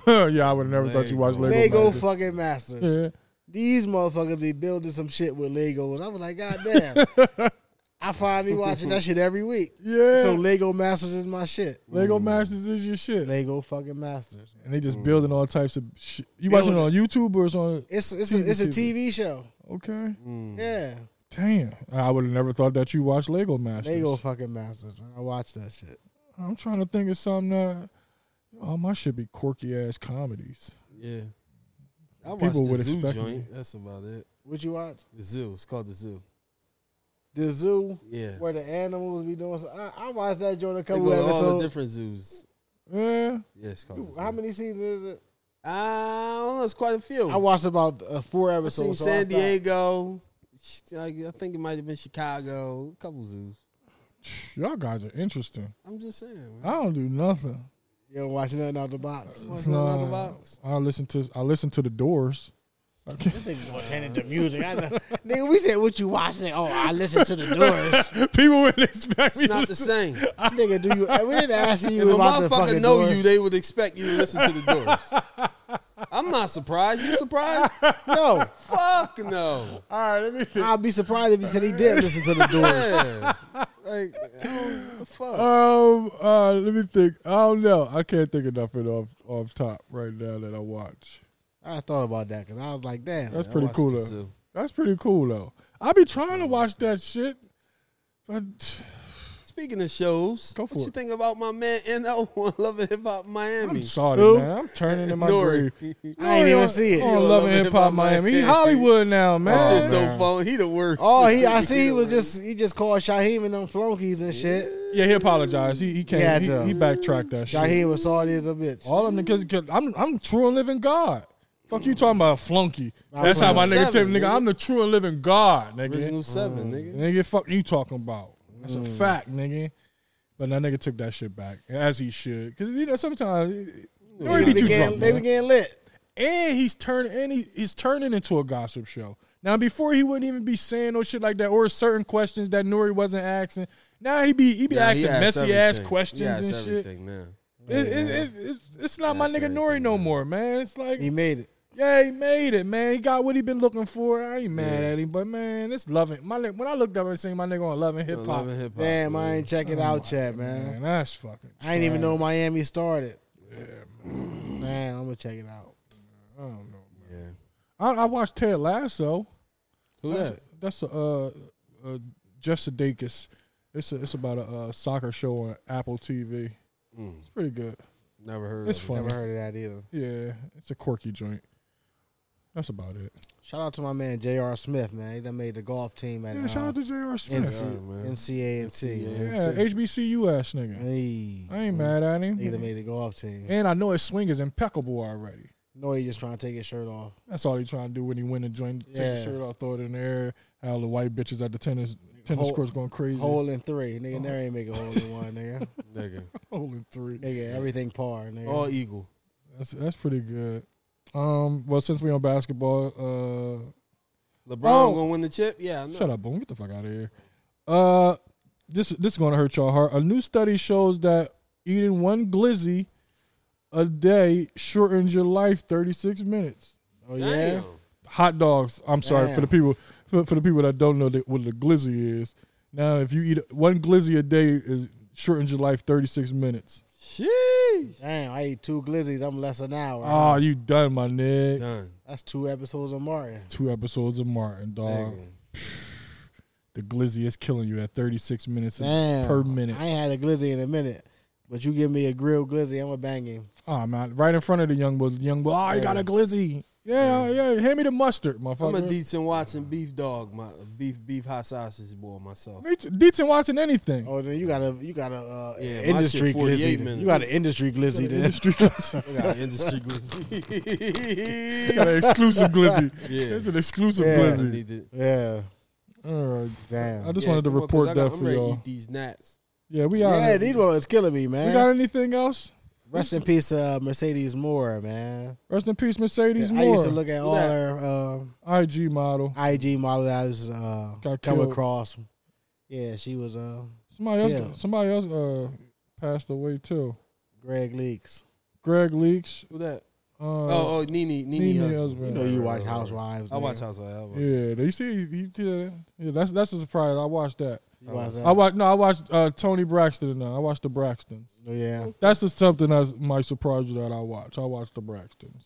S2: yeah, I would have never thought you watched Lego.
S1: Lego,
S2: Masters.
S1: fucking Masters.
S2: Yeah.
S1: These motherfuckers be building some shit with Legos. I was like, God damn. I find me watching that shit every week.
S2: Yeah.
S3: Mm.
S1: So Lego Masters is my shit.
S2: Lego Masters is your shit,
S1: Lego fucking Masters.
S2: and they just
S3: Mm.
S2: building all types of. shit. You watching it on YouTube or it's on?
S1: It's it's a, it's a TV show.
S2: Okay,
S3: Mm.
S1: Yeah.
S2: damn. I would have never thought that you watched Lego Masters.
S1: Lego fucking Masters. man. I watch that shit.
S2: I'm trying to think of something that. Oh, my should be quirky ass comedies.
S3: Yeah. I watched
S2: People
S3: the
S2: would
S3: zoo
S2: expect me.
S3: joint. That's about it.
S1: What you watch?
S3: The zoo. It's called the zoo.
S1: The zoo
S3: Yeah.
S1: where the animals be doing. So I, I watched that joint a
S3: They
S1: couple
S3: go to all the
S1: episodes.
S3: different zoos.
S2: Yeah,
S3: Yeah, it's called. The zoo.
S1: How many seasons is it?
S3: I don't know. It's quite a few.
S1: I watched about uh, four
S3: I seen
S1: episodes. so I
S3: San
S1: stopped.
S3: Diego. Sh- like, I think it might have been Chicago. A couple zoos.
S2: y'all guys are interesting.
S3: I'm just saying. Man.
S2: I don't do nothing.
S1: You don't watch nothing out the box.
S3: What's going on in the
S2: Nah.
S3: box?
S2: I listen to I listen to the Doors. I can't-
S1: the music. I know. Nigga, we said what you watching. Oh, I listen to the doors.
S2: People wouldn't expect me.
S3: It's
S2: to
S3: not the
S2: listen-
S3: same. If
S1: Nigga, do you? We didn't ask
S3: a
S1: you about the
S3: motherfucker
S1: fucking
S3: know
S1: doors.
S3: you, they would expect you to listen to the doors. I'm not surprised. You surprised?
S1: No,
S3: Fuck no.
S2: All right, let me. Think.
S1: I'd be surprised if he said he did listen to the doors.
S3: Yeah. Like, I don't, what the fuck?
S2: Um, uh, let me think. I don't know. I can't think of nothing off off top right now that I watch.
S1: I thought about that because I was like, damn.
S2: That's
S3: I
S2: pretty
S3: watched
S2: cool
S3: the
S2: though.
S3: zoo.
S2: That's pretty cool though. I be trying to watch that shit, but
S3: Speaking of shows,
S2: Go
S3: what
S2: for
S3: you
S2: it.
S3: think about my man NL on Love and Hip Hop Miami?
S2: I'm sorry,
S1: Who?
S2: man. I'm turning in my
S3: Nori.
S2: grave.
S1: I ain't even see it.
S2: Oh, love and hip hop Miami. He Hollywood now, man.
S3: That shit's
S2: Oh, Man.
S3: so fun. He the worst.
S1: Oh, he. I see. He
S3: the
S1: was
S3: worst.
S1: just. He just called Shaheem and them flunkies and shit.
S2: Yeah, he apologized. He he came.
S1: Yeah, I
S2: he,
S1: tell.
S2: he backtracked that shit.
S1: Shaheem was salty as a bitch.
S2: All them niggas, cause I'm I'm true and living God. Fuck you talking about a flunky.
S1: I
S2: That's
S1: was
S2: how my
S3: seven,
S2: nigga tell me, nigga.
S3: nigga.
S2: I'm the true and living God, nigga.
S3: original seven, nigga.
S2: Nigga, fuck you talking about. That's
S1: Mm.
S2: a fact, nigga. But that nigga took that shit back as he should, cause you know sometimes Nori be
S1: They
S2: too
S1: getting-
S2: drunk,
S1: they
S2: man.
S1: be getting lit.
S2: and he's turning and he, he's turning into a gossip show. Now before he wouldn't even be saying no shit like that or certain questions that Nori wasn't asking. Now he be he be
S3: Yeah, he
S2: asking
S3: asks
S2: messy ass
S3: everything.
S2: questions
S3: He asks
S2: and shit.
S3: everything Now.
S2: It, it, it, it's- it's not my
S3: He asks
S2: nigga Nori
S3: everything,
S2: no
S3: man.
S2: more, man. It's like
S1: He made it.
S2: yeah, he made it, man. He got what he been looking for. I ain't mad at him, but man, it's loving. My nigga- when I looked up and seen my nigga on loving hip hop,
S3: Love and hip hop.
S1: Damn, I ain't check it out yet, man.
S2: man, that's fucking.
S1: I ain't even
S2: trash.
S1: know Miami started. man, I'm gonna check it out.
S3: Yeah.
S2: I, I watched Ted Lasso.
S3: Who
S2: That's,
S3: that?
S2: that's a, uh, uh, Jeff Sudeikis. It's a, it's about a, uh soccer show on Apple TV. It's pretty good.
S3: Never heard.
S2: It's
S3: of
S2: funny.
S1: Never heard of that either.
S2: Yeah, it's a quirky joint. That's about it.
S1: Shout out to my man J.R. Smith, man. He done made the golf team at
S2: Yeah,
S1: uh,
S2: shout out to J.R. Smith.
S1: NC-
S3: Yeah, man.
S1: NCAA.
S2: Yeah, HBCU ass
S1: Mm.
S2: nigga.
S1: Hey,
S2: I ain't mad at
S1: he done
S2: him.
S1: made the golf team.
S2: And I know his swing is impeccable already.
S1: No, he just trying to take his shirt off.
S2: That's all he trying to do when he win the joint. Take his
S1: Yeah.
S2: shirt off, throw it in the air. How the white bitches at the tennis tennis
S1: Hole-
S2: courts going crazy. Hole,
S1: Hole in three,
S2: Oh.
S1: nigga. Never ain't make a hole in one, nigga.
S3: it. Nigga.
S2: in three.
S1: Nigga, everything par, nigga.
S3: All
S2: Oh,
S3: eagle.
S2: That's that's pretty good. Um, well, since we on basketball, uh,
S3: LeBron
S2: Oh.
S3: gonna win the chip. Yeah. I know.
S2: shut up, boom, get the fuck out of here. Uh, this this is gonna hurt your heart. A new study shows that eating one glizzy a day shortens your life thirty six minutes.
S1: oh yeah.
S3: Damn.
S2: hot dogs. I'm sorry for the people for, for the people that don't know that what a glizzy is. Now, if you eat one glizzy a day, is shortens your life 36 minutes.
S3: Sheesh.
S1: Damn, I ate two glizzies. I'm less an hour.
S2: Ah, you done, my nigga.
S3: Done.
S1: That's two episodes of Martin.
S2: Two episodes of Martin, dog.
S3: Nigga.
S2: The glizzy is killing you at 36 minutes
S1: Damn.
S2: per minute.
S1: I ain't had a glizzy in a minute. But you give me a grilled glizzy, I'ma bang him.
S2: Oh man, right in front of the young boys. The young boy, oh, you got a glizzy. Yeah, yeah, hand me the mustard,
S3: I'm a
S2: motherfucker.
S3: decent Watson beef dog. My beef beef hot sausage boy myself.
S2: Me too. Decent watching anything.
S1: Oh, then you got a you got a uh,
S3: Yeah, my
S1: industry
S3: shit 48
S1: glizzy. then.
S3: minutes.
S1: You got an industry glizzy then.
S2: Industry glizzy.
S3: I got industry glizzy.
S2: got an exclusive glizzy.
S3: Yeah.
S2: It's an exclusive
S1: Yeah.
S3: I
S2: glizzy.
S3: need to-
S1: Yeah,
S2: All right.
S1: damn.
S2: I just
S3: Yeah,
S2: wanted to
S3: come on, 'cause
S2: report
S3: I got-
S2: that
S3: I'm
S2: for
S3: ready to
S2: y'all.
S3: Eat these gnats.
S2: Yeah, we out.
S1: yeah, these ones is killing me,
S2: we got
S1: man.
S2: anything else?
S1: Rest in peace, uh, Mercedes Moore, man.
S2: Rest in peace, Mercedes
S1: I used to
S2: Moore,
S1: look at all her um
S2: IG model.
S1: IG model that I was uh,
S2: Got
S1: come
S2: killed.
S1: across. Yeah, she was uh
S2: Somebody else,
S1: Yeah.
S2: somebody else uh, passed away too.
S1: Greg Leaks.
S2: Greg Leaks.
S3: Who that?
S2: Uh,
S3: oh, oh, Nene, Nene,
S2: Nene
S3: husband.
S2: husband.
S1: You know you watch Housewives.
S3: I watch
S1: nigga.
S3: House of Hell.
S2: Yeah, they see. He, he, yeah, yeah, that's that's a surprise. I watched that.
S1: You watch that?
S2: I watched no, I watched uh, Tony Braxton and I watched the Braxtons.
S1: Yeah.
S2: That's just something that might surprise you that I watch. I watch the Braxtons.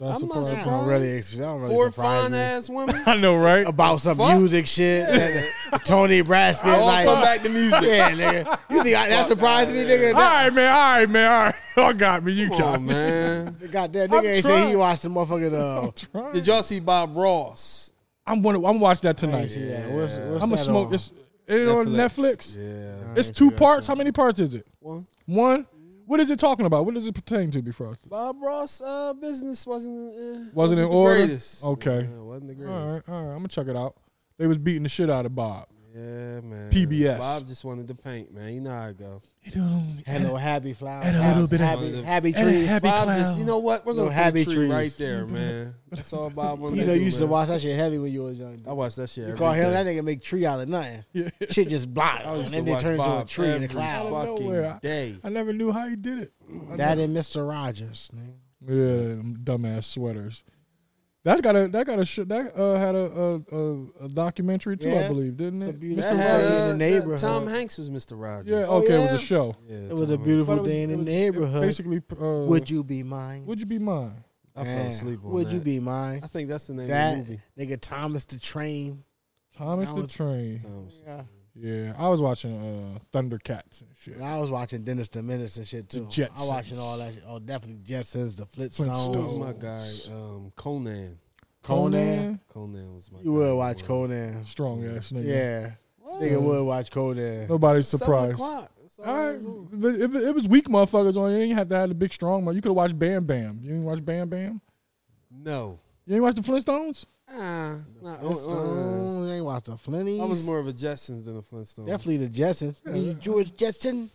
S2: That's
S3: I'm not
S1: I don't really, I don't really
S3: Four
S1: surprise
S3: fine
S1: me.
S3: ass women.
S2: I know, right?
S1: about some
S3: Fuck.
S1: music shit. Tony Braskin,
S3: I won't
S1: like,
S3: come back to music.
S1: yeah, nigga. You think I, that surprised me, nigga?
S2: All right, man. All right, man. All right. Y'all got me. You
S3: Come
S2: got
S3: on,
S2: me.
S3: man.
S1: That, goddamn
S2: I'm
S1: nigga ain't say he
S2: trying.
S1: watched the motherfucking. Uh,
S2: Trying.
S3: Did y'all see Bob Ross?
S2: I'm gonna. I'm watch that
S1: I
S2: tonight.
S1: ain't see that. What's, what's
S2: I'm gonna
S1: that
S3: uh,
S2: smoke
S1: on?
S2: this. It on Netflix.
S3: Yeah.
S1: I
S2: It's
S1: ain't
S2: two
S1: see that
S2: parts. How
S1: shit.
S2: many parts is it?
S3: One.
S2: One. What is it talking about? What does it pertain to, Befrost?
S3: Bob Ross uh, business wasn't uh,
S2: Wasn't in
S3: the
S2: order?
S3: greatest.
S2: Okay.
S3: Yeah, wasn't the greatest.
S2: All right, all right. I'm gonna check it out. They was beating the shit out of Bob.
S3: Yeah, man.
S2: PBS.
S3: Bob just wanted to paint, man. You know how it go.
S1: Hello, happy flower.
S2: and a
S1: happy-
S2: little bit of-
S1: happy,
S3: and a-
S1: happy
S2: and a
S1: trees.
S2: happy- Big
S3: Bob
S2: clown.
S3: just, you know what? We're
S1: No
S3: gonna put
S1: happy
S3: a tree
S1: trees.
S3: right there, man. That's all Bob wanted.
S1: You know, you
S3: do,
S1: used to
S3: man.
S1: watch that shit heavy when you was young.
S3: I watched that shit.
S1: You
S3: every
S1: call him
S3: day.
S1: that nigga make tree out of nothing. Shit just blocked,
S3: I
S1: and
S3: used
S1: then
S3: to
S1: they
S3: watch
S1: turned into a
S3: Bob
S1: tree in a
S3: every
S1: cloud.
S2: nowhere.
S3: fucking day.
S2: I never knew how he did it.
S1: That and Mister Rogers, nigga.
S2: Yeah, them dumbass sweaters. That got a that got a sh- that uh, had a a, a a documentary too, I
S1: Yeah.
S2: believe, didn't
S1: It's a
S2: it?
S1: beautiful-
S3: That
S1: Mr.
S3: had,
S1: Rogers in
S3: uh,
S1: the
S3: that
S1: neighborhood.
S3: Tom Hanks was Mr. Rogers.
S2: Yeah,
S1: Oh,
S2: okay, it
S1: yeah?
S2: was a show.
S3: Yeah,
S1: It was
S3: Tom
S1: a
S3: Hanks.
S1: beautiful
S2: But it was-
S1: day in
S2: it
S1: the
S2: was- it
S1: neighborhood.
S2: Basically, uh,
S1: Would you be mine?
S2: would you be mine?
S3: I fell
S1: Man,
S3: asleep on
S1: Would
S3: that.
S1: you be mine?
S3: I think that's the name
S1: That
S3: of the movie.
S1: nigga Thomas the Train.
S2: Thomas
S1: That
S2: the
S1: was-
S2: Train.
S3: Tom's-
S1: Yeah.
S2: Yeah, I was watching uh, Thundercats and shit.
S1: And I was watching Dennis the Menace and shit too. I
S2: Jetsons.
S1: watching all that shit. Oh, definitely Jetsons, the
S3: Who's
S1: Flintstones,
S2: Flintstones. Oh,
S3: my guy? Um, Conan.
S1: Conan.
S3: Conan was my.
S1: You
S3: guy.
S1: would watch Conan.
S2: strong ass nigga.
S1: Yeah.
S3: What?
S1: Nigga would watch Conan.
S2: nobody's
S3: Seven
S2: surprised.
S3: o'clock. That's all
S2: All
S3: it
S2: right,
S3: was.
S2: but it, it was weak motherfuckers on. You ain't have to have the big strong one. You could have watched Bam Bam. You ain't watch Bam Bam.
S3: No.
S2: You ain't watch the Flintstones.
S3: Ah, nah, uh, uh,
S1: Flintstones. They ain't watch the Flinties.
S3: I was more of a Jetsons than a Flintstone.
S1: definitely the Jetsons. You George Jetson,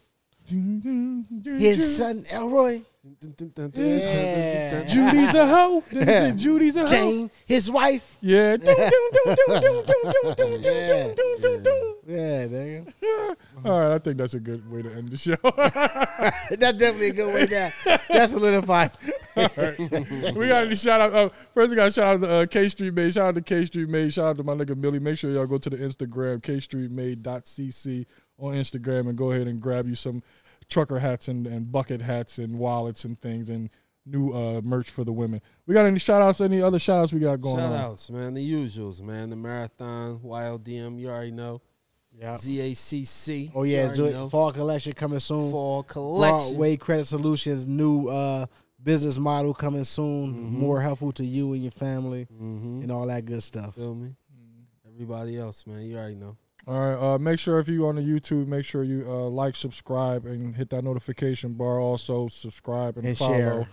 S1: his
S2: His
S1: son Elroy, Yeah.
S2: Judy's a hoe. Then they say Judy's a hoe.
S1: Jane, his wife.
S2: Yeah. Dun, dun, dun, dun, dun, dun, dun, dun, dun, dun, dun, dun.
S1: Yeah, nigga.
S2: All right, I think that's a good way to end the show.
S1: That's definitely a good way down. That solidifies.
S2: we got any shout out. Uh, first, we got to shout out to uh, K Street Made. Shout out to K Street Made. Shout out to my nigga Millie. Make sure y'all go to the Instagram, kstreetmade.cc on Instagram, and go ahead and grab you some trucker hats and, and bucket hats and wallets and things and new uh, merch for the women. We got any shout outs? Any other shout outs we got going
S3: Shout
S2: on?
S3: outs, man. The usuals, man. The Marathon, Wild DM, you already know.
S1: Yeah.
S3: ZACC.
S1: Uh, Oh
S3: you
S1: yeah,
S3: already
S1: do it.
S3: know.
S1: fall collection coming soon.
S3: Fall collection.
S1: Broadway Credit Solutions new uh, business model coming soon. More helpful to you and your family
S3: Mm-hmm.
S1: and all that good stuff.
S3: Feel me?
S1: Mm.
S3: Everybody else, man. You already know.
S2: All right. Uh, make sure if you on the YouTube, make sure you uh, like, subscribe, and hit that notification bar. Also, subscribe and,
S1: And
S2: follow.
S1: share.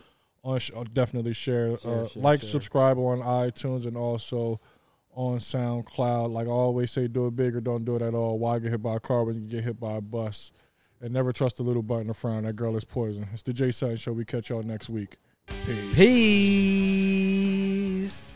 S2: On sh- uh, definitely share,
S3: Share,
S2: uh,
S3: share,
S2: like,
S3: share.
S2: subscribe on iTunes, and also on SoundCloud. Like I always say, do it big or don't do it at all. Why get hit by a car when you get hit by a bus? And never trust a little button to frown. That girl is poison. It's the Jay Sutton Show. We catch y'all next week. Peace.
S1: Peace.